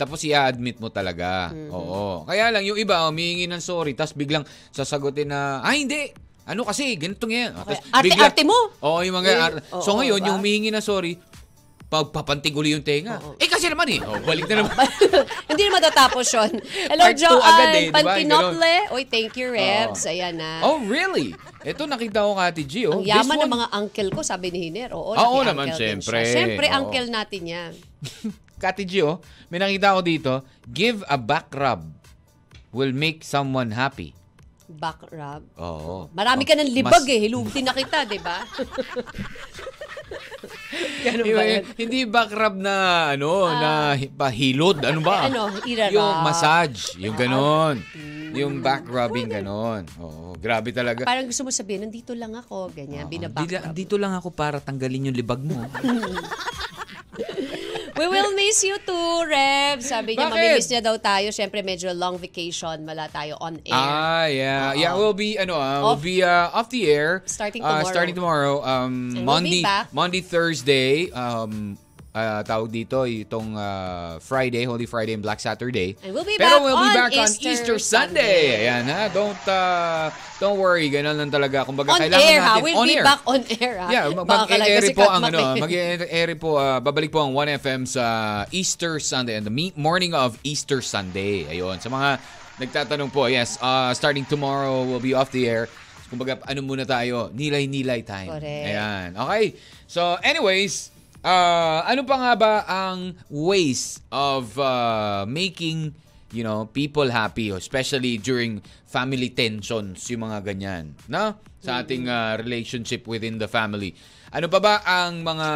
Speaker 4: tapos i-admit mo talaga. Oo. Kaya lang yung iba humihingi ng sorry tapos biglang sasagutin na ay hindi. Ano kasi ganito nga.
Speaker 5: Okay.
Speaker 4: Tapos
Speaker 5: Arte-
Speaker 4: bigla-
Speaker 5: arte mo.
Speaker 4: Oo, yung mga
Speaker 5: Eh,
Speaker 4: ar-
Speaker 5: oo,
Speaker 4: So ngayon
Speaker 5: ba?
Speaker 4: yung humihingi ng sorry pagpapantig uli yung tenga.
Speaker 5: Oo.
Speaker 4: Eh kasi naman eh. Oh, balik na naman.
Speaker 5: Hindi naman tatapos yun. Hello,
Speaker 4: Part two
Speaker 5: Joanne.
Speaker 4: agad eh, di ba?
Speaker 5: Pantinople. Oy, thank you,
Speaker 4: Oo.
Speaker 5: Rebs. Ayan na.
Speaker 4: oh, really? Ito nakita ko kati G. Oh.
Speaker 5: Ang
Speaker 4: This
Speaker 5: yaman ng
Speaker 4: one-
Speaker 5: mga uncle ko, sabi ni Hiner. Oo,
Speaker 4: Ah, oo
Speaker 5: laki-uncle
Speaker 4: naman,
Speaker 5: din
Speaker 4: syempre.
Speaker 5: siya. Syempre,
Speaker 4: Oo.
Speaker 5: uncle natin yan.
Speaker 4: Kati G, oh, may nakita ko dito, give a back rub will make someone happy.
Speaker 5: Back rub.
Speaker 4: Oo. Oh,
Speaker 5: Marami ka ng libag
Speaker 4: mas-
Speaker 5: eh. Hilugti na kita, di ba? Ganun
Speaker 4: Yung-
Speaker 5: Ano ba yun?
Speaker 4: Eh, Hindi back rub na ano, na hi- pahilod, ano ba?
Speaker 5: Eh, ano, Ah. irarub.
Speaker 4: Yung massage, yung ganon. Yung back rubbing ganon. Oo, grabe talaga.
Speaker 5: Mm. Parang gusto mo sabihin, nandito lang ako, ganyan, binaback
Speaker 4: Dila-
Speaker 5: rub.
Speaker 4: dito lang ako para tanggalin yung libag mo.
Speaker 5: We will miss you too, Rev. Sabi niya,
Speaker 4: Bakit?
Speaker 5: mamimiss niya daw tayo. Siyempre, medyo long vacation. Wala tayo on air.
Speaker 4: ah, yeah. Yeah, we'll be ano, ah, we'll
Speaker 5: Off-
Speaker 4: be uh, off the air
Speaker 5: Starting
Speaker 4: ah,
Speaker 5: tomorrow.
Speaker 4: starting tomorrow um
Speaker 5: And we'll
Speaker 4: Monday
Speaker 5: be back.
Speaker 4: Monday Thursday um ah, tawag dito itong ah, Friday, Holy Friday and Black Saturday.
Speaker 5: And we'll be
Speaker 4: Pero
Speaker 5: back
Speaker 4: we'll be
Speaker 5: on
Speaker 4: back on
Speaker 5: Easter
Speaker 4: Easter
Speaker 5: Sunday.
Speaker 4: Sunday. Ayan ha. Don't ah, don't worry, ganun lang talaga. Kumbaga
Speaker 5: on
Speaker 4: kailangan
Speaker 5: air, ha?
Speaker 4: natin
Speaker 5: We'll
Speaker 4: on
Speaker 5: be
Speaker 4: air.
Speaker 5: back on air, ha?
Speaker 4: Yeah, mag-
Speaker 5: Baka lang
Speaker 4: mag-air
Speaker 5: kasi
Speaker 4: po ang
Speaker 5: katmak
Speaker 4: ano,
Speaker 5: eh.
Speaker 4: mag-air po, ah, babalik po ang 1FM sa Easter Sunday and the me- morning of Easter Sunday. Ayun, sa mga nagtatanong po, yes, ah, starting tomorrow we'll be off the air. Kumbaga, ano muna tayo? Nilay-nilay time.
Speaker 5: Correct.
Speaker 4: Ayan. Okay. So, anyways, ah, ano pa nga ba ang ways of ah, making you know, people happy, especially during family tensions, yung mga ganyan, no?
Speaker 5: Mm-hmm.
Speaker 4: Sa ating ah, relationship within the family. Ano pa ba ang mga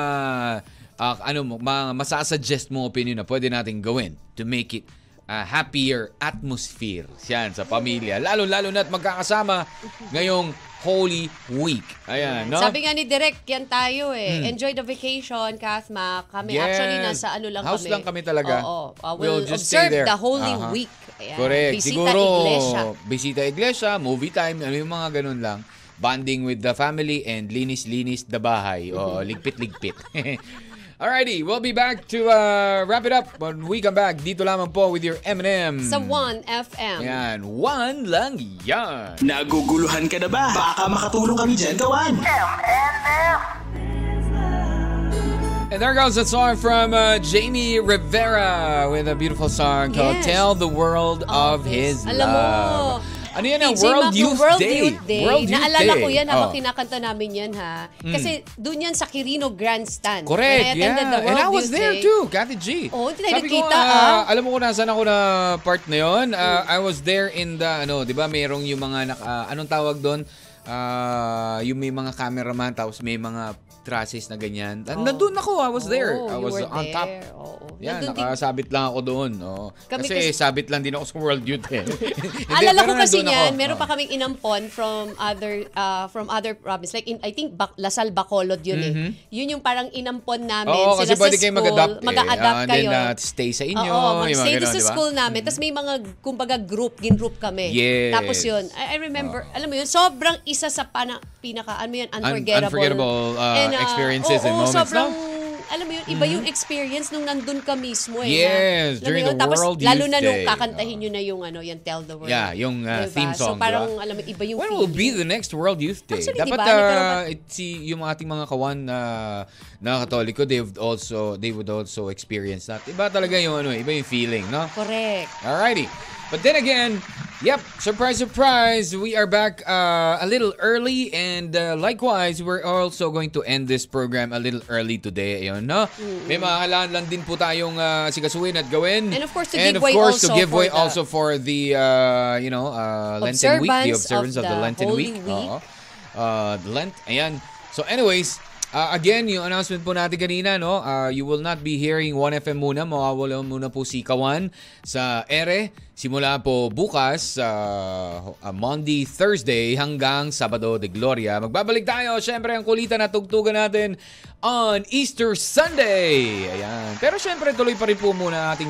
Speaker 4: uh, ah, ano mo, mga masasuggest mo opinion na pwede nating gawin to make it ah, happier atmosphere yan sa pamilya. Lalo-lalo na't magkakasama ngayong Holy Week. Ayan, no? Hmm.
Speaker 5: Sabi nga ni Direk, yan tayo eh. Enjoy the vacation, Kathma. Kami
Speaker 4: Yes.
Speaker 5: actually nasa ano lang
Speaker 4: House
Speaker 5: kami.
Speaker 4: lang kami talaga.
Speaker 5: Oo. Uh,
Speaker 4: We'll
Speaker 5: we'll,
Speaker 4: just
Speaker 5: observe
Speaker 4: stay there.
Speaker 5: the Holy
Speaker 4: Aha.
Speaker 5: Week. Ayan.
Speaker 4: Correct.
Speaker 5: Bisita
Speaker 4: Siguro,
Speaker 5: iglesia.
Speaker 4: bisita iglesia, movie time, ano yung mga ganun lang. Bonding with the family and linis-linis the bahay. O,
Speaker 5: Mm-hmm.
Speaker 4: ligpit-ligpit. Alrighty, we'll be back to uh, wrap it up when we come back. Dito lamang po with your M&M.
Speaker 5: Sa 1FM.
Speaker 4: Yan, one lang yan.
Speaker 1: Naguguluhan ka na ba? Baka makatulong kami dyan gawan.
Speaker 2: M-M-M.
Speaker 4: And there goes that song from uh, Jamie Rivera with a beautiful song called
Speaker 5: Yes.
Speaker 4: Tell the World of His
Speaker 5: Alam mo,
Speaker 4: Love. ano yan? ah?
Speaker 5: PJ
Speaker 4: World,
Speaker 5: Mac,
Speaker 4: Youth,
Speaker 5: World
Speaker 4: Day.
Speaker 5: Youth Day.
Speaker 4: World Youth
Speaker 5: Naalala
Speaker 4: Day.
Speaker 5: ko yan habang
Speaker 4: Oh. Mm.
Speaker 5: kinakanta namin yan ha. Kasi doon yan sa Quirino Grandstand.
Speaker 4: Correct,
Speaker 5: When I attended
Speaker 4: yeah.
Speaker 5: the World
Speaker 4: And I was
Speaker 5: Youth
Speaker 4: there
Speaker 5: Day.
Speaker 4: too, Kathy G.
Speaker 5: Oo, hindi tayo
Speaker 4: Sabi ko,
Speaker 5: nagkita,
Speaker 4: ah,
Speaker 5: ah. Mm.
Speaker 4: alam mo kung nasan ako na part na yun. Ah, I was there in the, ano, di ba, mayroong yung mga, nak- ah, anong tawag doon? Ah, yung may mga cameraman, tapos may mga trusses na ganyan. Ah, Nandun ako, I was there.
Speaker 5: Oo,
Speaker 4: I
Speaker 5: Oh. you
Speaker 4: was
Speaker 5: were
Speaker 4: on top.
Speaker 5: there. Oo.
Speaker 4: Yan,
Speaker 5: Nandun din-
Speaker 4: nakasabit lang ako doon. Oo.
Speaker 5: Kami
Speaker 4: Kasi,
Speaker 5: kasi-
Speaker 4: sabit lang din ako sa World Youth eh. Hindi,
Speaker 5: Alala
Speaker 4: pero
Speaker 5: ko
Speaker 4: nandun
Speaker 5: kasi niyan,
Speaker 4: ako. Ah.
Speaker 5: meron
Speaker 4: Oo.
Speaker 5: pa kaming inampon from other ah, from other province. Like in, I think Bac- Lasal Bacolod yun eh. Yun yung parang inampon namin.
Speaker 4: Mm-hmm. Oo,
Speaker 5: sila
Speaker 4: kasi
Speaker 5: sa
Speaker 4: pwede kayo
Speaker 5: school,
Speaker 4: mag-adapt. eh.
Speaker 5: mag-a-adapt
Speaker 4: Ah, and
Speaker 5: kayo.
Speaker 4: then, ah, stay sa inyo.
Speaker 5: Oo,
Speaker 4: yung mga
Speaker 5: mag-stay doon
Speaker 4: ganun,
Speaker 5: sa
Speaker 4: di ba?
Speaker 5: school namin. Tapos may mga, kumbaga, group, gin-group kami.
Speaker 4: Yes.
Speaker 5: Tapos yun, I, I remember, alam mo yun, sobrang isa sa pana, pinaka, ano mo yun, unforgettable.
Speaker 4: unforgettable, ah,
Speaker 5: ah,
Speaker 4: experiences and
Speaker 5: oo,
Speaker 4: moments, no? Mm-hmm.
Speaker 5: sobrang, alam mo yun, iba yung experience nung nandun ka mismo. Eh,
Speaker 4: Yes,
Speaker 5: Alam mo
Speaker 4: during
Speaker 5: yun,
Speaker 4: the
Speaker 5: tapos,
Speaker 4: World
Speaker 5: Lalo
Speaker 4: Youth
Speaker 5: na nung
Speaker 4: Day.
Speaker 5: kakantahin nyo na yung, ano, yung Tell the World.
Speaker 4: Yeah, yung, ah,
Speaker 5: Diba?
Speaker 4: theme song,
Speaker 5: So parang,
Speaker 4: diba?
Speaker 5: alam mo, iba yung
Speaker 4: When
Speaker 5: feeling.
Speaker 4: will be the next World Youth Day?
Speaker 5: Actually,
Speaker 4: Dapat
Speaker 5: diba? di ba? Nagkaroon
Speaker 4: uh, it- si yung ating mga kawan na na Katoliko, they would also they would also experience that. Iba talaga yung ano, iba yung feeling, no?
Speaker 5: Correct.
Speaker 4: Alrighty. But then again, yep, surprise, surprise, we are back uh, a little early and uh, likewise, we're also going to end this program a little early today. Ayun, no? May mga kailangan lang din po tayong uh, sikasuin at gawin.
Speaker 5: And of course, to
Speaker 4: And
Speaker 5: give
Speaker 4: of
Speaker 5: way
Speaker 4: course, to
Speaker 5: also
Speaker 4: give
Speaker 5: for
Speaker 4: way
Speaker 5: the-
Speaker 4: also for the, uh, you know, uh, Lenten Week, the
Speaker 5: Observance
Speaker 4: observance of
Speaker 5: of
Speaker 4: the,
Speaker 5: the
Speaker 4: Lenten
Speaker 5: Holy
Speaker 4: Week. Oh.
Speaker 5: Week.
Speaker 4: Oo. Uh, Lent, ayan. So anyways, uh, again, yung announcement po natin kanina, no? Uh, you will not be hearing 1FM muna. Mawawala muna po si Kawan sa ere. Simula po bukas, uh, uh, Monday, Thursday, hanggang Sabado de Gloria. Magbabalik tayo, syempre, ang kulitan na tugtugan natin on Easter Sunday. Ayan. Pero syempre, tuloy pa rin po muna ating,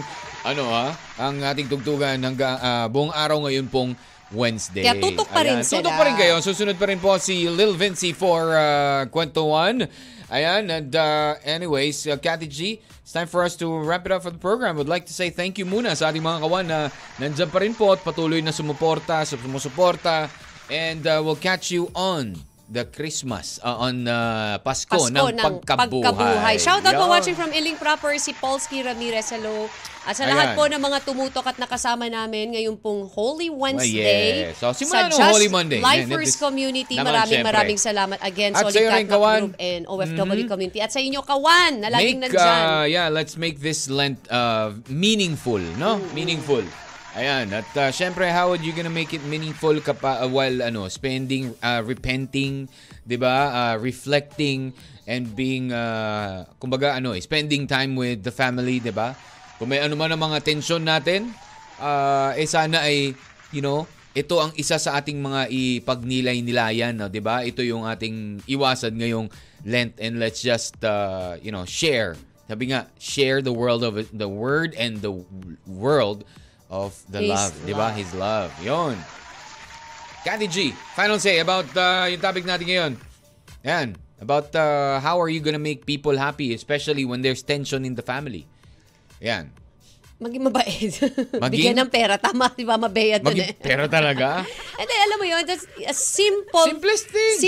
Speaker 4: ano ha, ang ating tugtugan hanggang ah, buong araw ngayon pong Wednesday.
Speaker 5: Kaya tutok pa rin sila.
Speaker 4: Tutok pa rin kayo. Susunod pa rin po si Lil Vinci for uh, Kwento 1. Ayan, and uh, anyways, uh, Cathy G, it's time for us to wrap it up for the program. would like to say thank you muna sa ating mga kawan na nandyan pa rin po at patuloy na sumuporta, sumusuporta. And uh, we'll catch you on the Christmas, uh, on uh, Pasko,
Speaker 5: Pasko
Speaker 4: ng,
Speaker 5: ng
Speaker 4: pagkabuhay.
Speaker 5: Shout out po
Speaker 4: Yun.
Speaker 5: watching from Iling Proper, si Polsky Ramirez, hello. At sa lahat
Speaker 4: Ayan.
Speaker 5: po ng mga tumutok at nakasama namin ngayon pong Holy Wednesday.
Speaker 4: yes. So, simulan ng
Speaker 5: Just
Speaker 4: Holy Monday. Yan,
Speaker 5: Lifers
Speaker 4: yan,
Speaker 5: Community,
Speaker 4: naman,
Speaker 5: maraming
Speaker 4: syempre.
Speaker 5: maraming salamat again.
Speaker 4: At
Speaker 5: Solid
Speaker 4: sa'yo rin,
Speaker 5: Cat Mac
Speaker 4: Kawan. Mm-hmm.
Speaker 5: Group and OFW Community. At sa inyo, Kawan, na laging
Speaker 4: make,
Speaker 5: nandyan.
Speaker 4: uh, yeah, let's make this Lent uh, meaningful, no? Meaningful. Ayan, at uh, syempre, how are you gonna make it meaningful kapa, uh, while ano, spending, uh, repenting, 'di ba? Uh, reflecting and being uh, kumbaga ano, eh, spending time with the family, 'di ba? Kung may ano man ang mga tension natin, uh, eh sana ay you know, ito ang isa sa ating mga ipagnilay-nilayan, no, 'di ba? Ito yung ating iwasan ngayong Lent and let's just uh, you know, share. Sabi nga, share the world of the word and the world of the
Speaker 5: His
Speaker 4: love, 'di ba?
Speaker 5: love.
Speaker 4: His love. 'Yon. Kathy G, final say about uh, yung topic natin ngayon. Yan, about uh, how are you gonna make people happy especially when there's tension in the family. Yan.
Speaker 5: Maging mabait.
Speaker 4: Maging-
Speaker 5: Bigyan ng pera. Tama, di ba? Mabaya dun
Speaker 4: Maging
Speaker 5: eh.
Speaker 4: pero talaga.
Speaker 5: And then, alam mo yun, that's a simple,
Speaker 4: Simplest thing.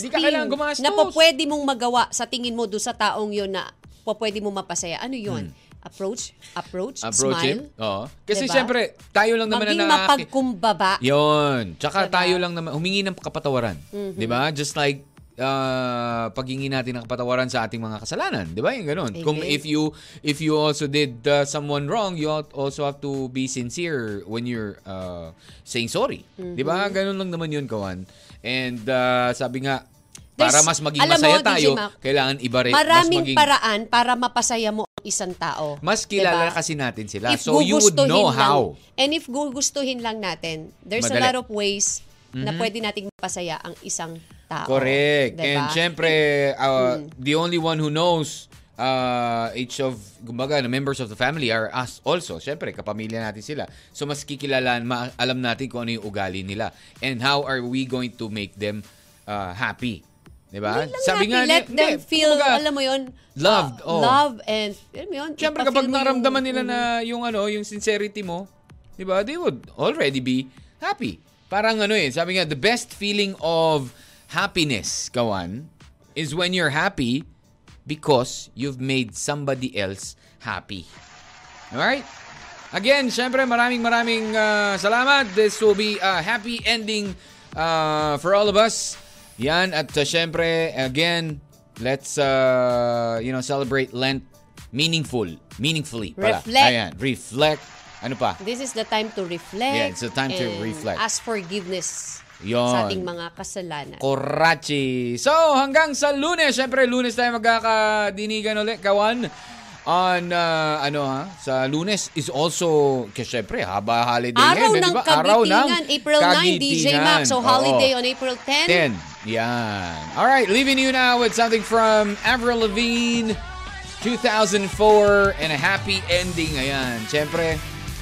Speaker 4: Ah, hindi ka
Speaker 5: thing
Speaker 4: kailangan gumastos.
Speaker 5: na po pwede mong magawa sa tingin mo doon sa taong yun na po pwede mo mapasaya. Ano yun? Approach, approach,
Speaker 4: Hmm. Approach
Speaker 5: smile.
Speaker 4: it. Oo. Kasi
Speaker 5: Diba?
Speaker 4: syempre, tayo lang naman
Speaker 5: Maging
Speaker 4: na nakaki-
Speaker 5: mapagkumbaba.
Speaker 4: Yun. Tsaka
Speaker 5: Diba?
Speaker 4: tayo lang naman, humingi ng kapatawaran.
Speaker 5: Mm-hmm.
Speaker 4: Di ba? Just like, uh, paghingi natin ng kapatawaran sa ating mga kasalanan. Di ba? Yung ganun. Kung
Speaker 5: Amen.
Speaker 4: if you if you also did uh, someone wrong, you ought- also have to be sincere when you're uh, saying sorry. Di
Speaker 5: Mm-hmm.
Speaker 4: ba? Ganun lang naman yun, Kawan. And uh, sabi nga, para
Speaker 5: There's-
Speaker 4: mas maging
Speaker 5: alam mo,
Speaker 4: masaya
Speaker 5: DJ
Speaker 4: tayo,
Speaker 5: Mac,
Speaker 4: kailangan iba rin. mas
Speaker 5: Maraming
Speaker 4: maging,
Speaker 5: paraan para mapasaya mo ang isang tao.
Speaker 4: Mas kilala
Speaker 5: Diba?
Speaker 4: kasi natin sila.
Speaker 5: If
Speaker 4: so you would
Speaker 5: gugustuhin
Speaker 4: know
Speaker 5: lang-
Speaker 4: how.
Speaker 5: and if gugustuhin lang natin, there's
Speaker 4: Madali. Mhm.
Speaker 5: a lot of ways na pwede nating mapasaya ang isang tao.
Speaker 4: Correct.
Speaker 5: Diba? Mm.
Speaker 4: And syempre, uh, the only one who knows uh, each of, kumbaga, the members of the family are us also. Syempre, kapamilya natin sila. So, mas kikilalaan, ma- alam natin kung ano yung ugali nila. And how are we going to make them uh, happy? Diba?
Speaker 5: Yun lang natin, let
Speaker 4: ni-
Speaker 5: them
Speaker 4: hindi,
Speaker 5: feel,
Speaker 4: kumbaga,
Speaker 5: alam mo yun,
Speaker 4: loved,
Speaker 5: uh,
Speaker 4: oh.
Speaker 5: love and, alam mo yun,
Speaker 4: Siyempre
Speaker 5: ipafeel
Speaker 4: kapag
Speaker 5: mo yung-
Speaker 4: naramdaman nila na yung ano, yung sincerity mo, 'di ba? They would already be happy. Parang ano eh, sabi nga the best feeling of happiness, kawan, is when you're happy because you've made somebody else happy. Alright? Again, syempre maraming maraming ah, salamat. This will be a happy ending ah, for all of us. Yan at ah, syempre again, let's ah, you know celebrate Lent meaningful, meaningfully pala.
Speaker 5: Reflect.
Speaker 4: Ayan, reflect. Ano pa?
Speaker 5: This is the time to reflect.
Speaker 4: Yeah, it's the time to
Speaker 5: and
Speaker 4: reflect.
Speaker 5: Ask forgiveness
Speaker 4: Yun.
Speaker 5: sa ating mga kasalanan.
Speaker 4: Korachi. So, hanggang sa lunes. Siyempre, lunes tayo magkakadinigan ulit, kawan. On, uh, ano ha, sa lunes is also, kasi syempre, haba holiday
Speaker 5: Araw
Speaker 4: ngayon, eh,
Speaker 5: ng
Speaker 4: di ba?
Speaker 5: kagitingan, April 9, DJ
Speaker 4: Kagitingan.
Speaker 5: Max. So,
Speaker 4: Oo.
Speaker 5: holiday on April 10.
Speaker 4: 10. Yan. All right, leaving you now with something from Avril Lavigne, 2004, and a happy ending. Ayan. Siyempre,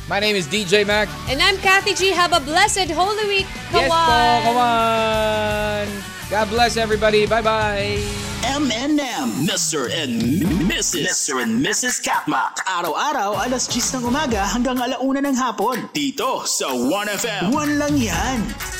Speaker 4: my name is DJ Mac.
Speaker 5: And I'm Kathy G. Have a blessed Holy Week. Kawan.
Speaker 4: Yes po, kawan. God bless everybody. Bye-bye.
Speaker 1: M&M, Mr. and Mrs. Mr. and Mrs. Katmak.
Speaker 3: Araw-araw, alas 10 ng umaga hanggang alauna ng hapon.
Speaker 1: Dito sa 1FM.
Speaker 3: One lang yan.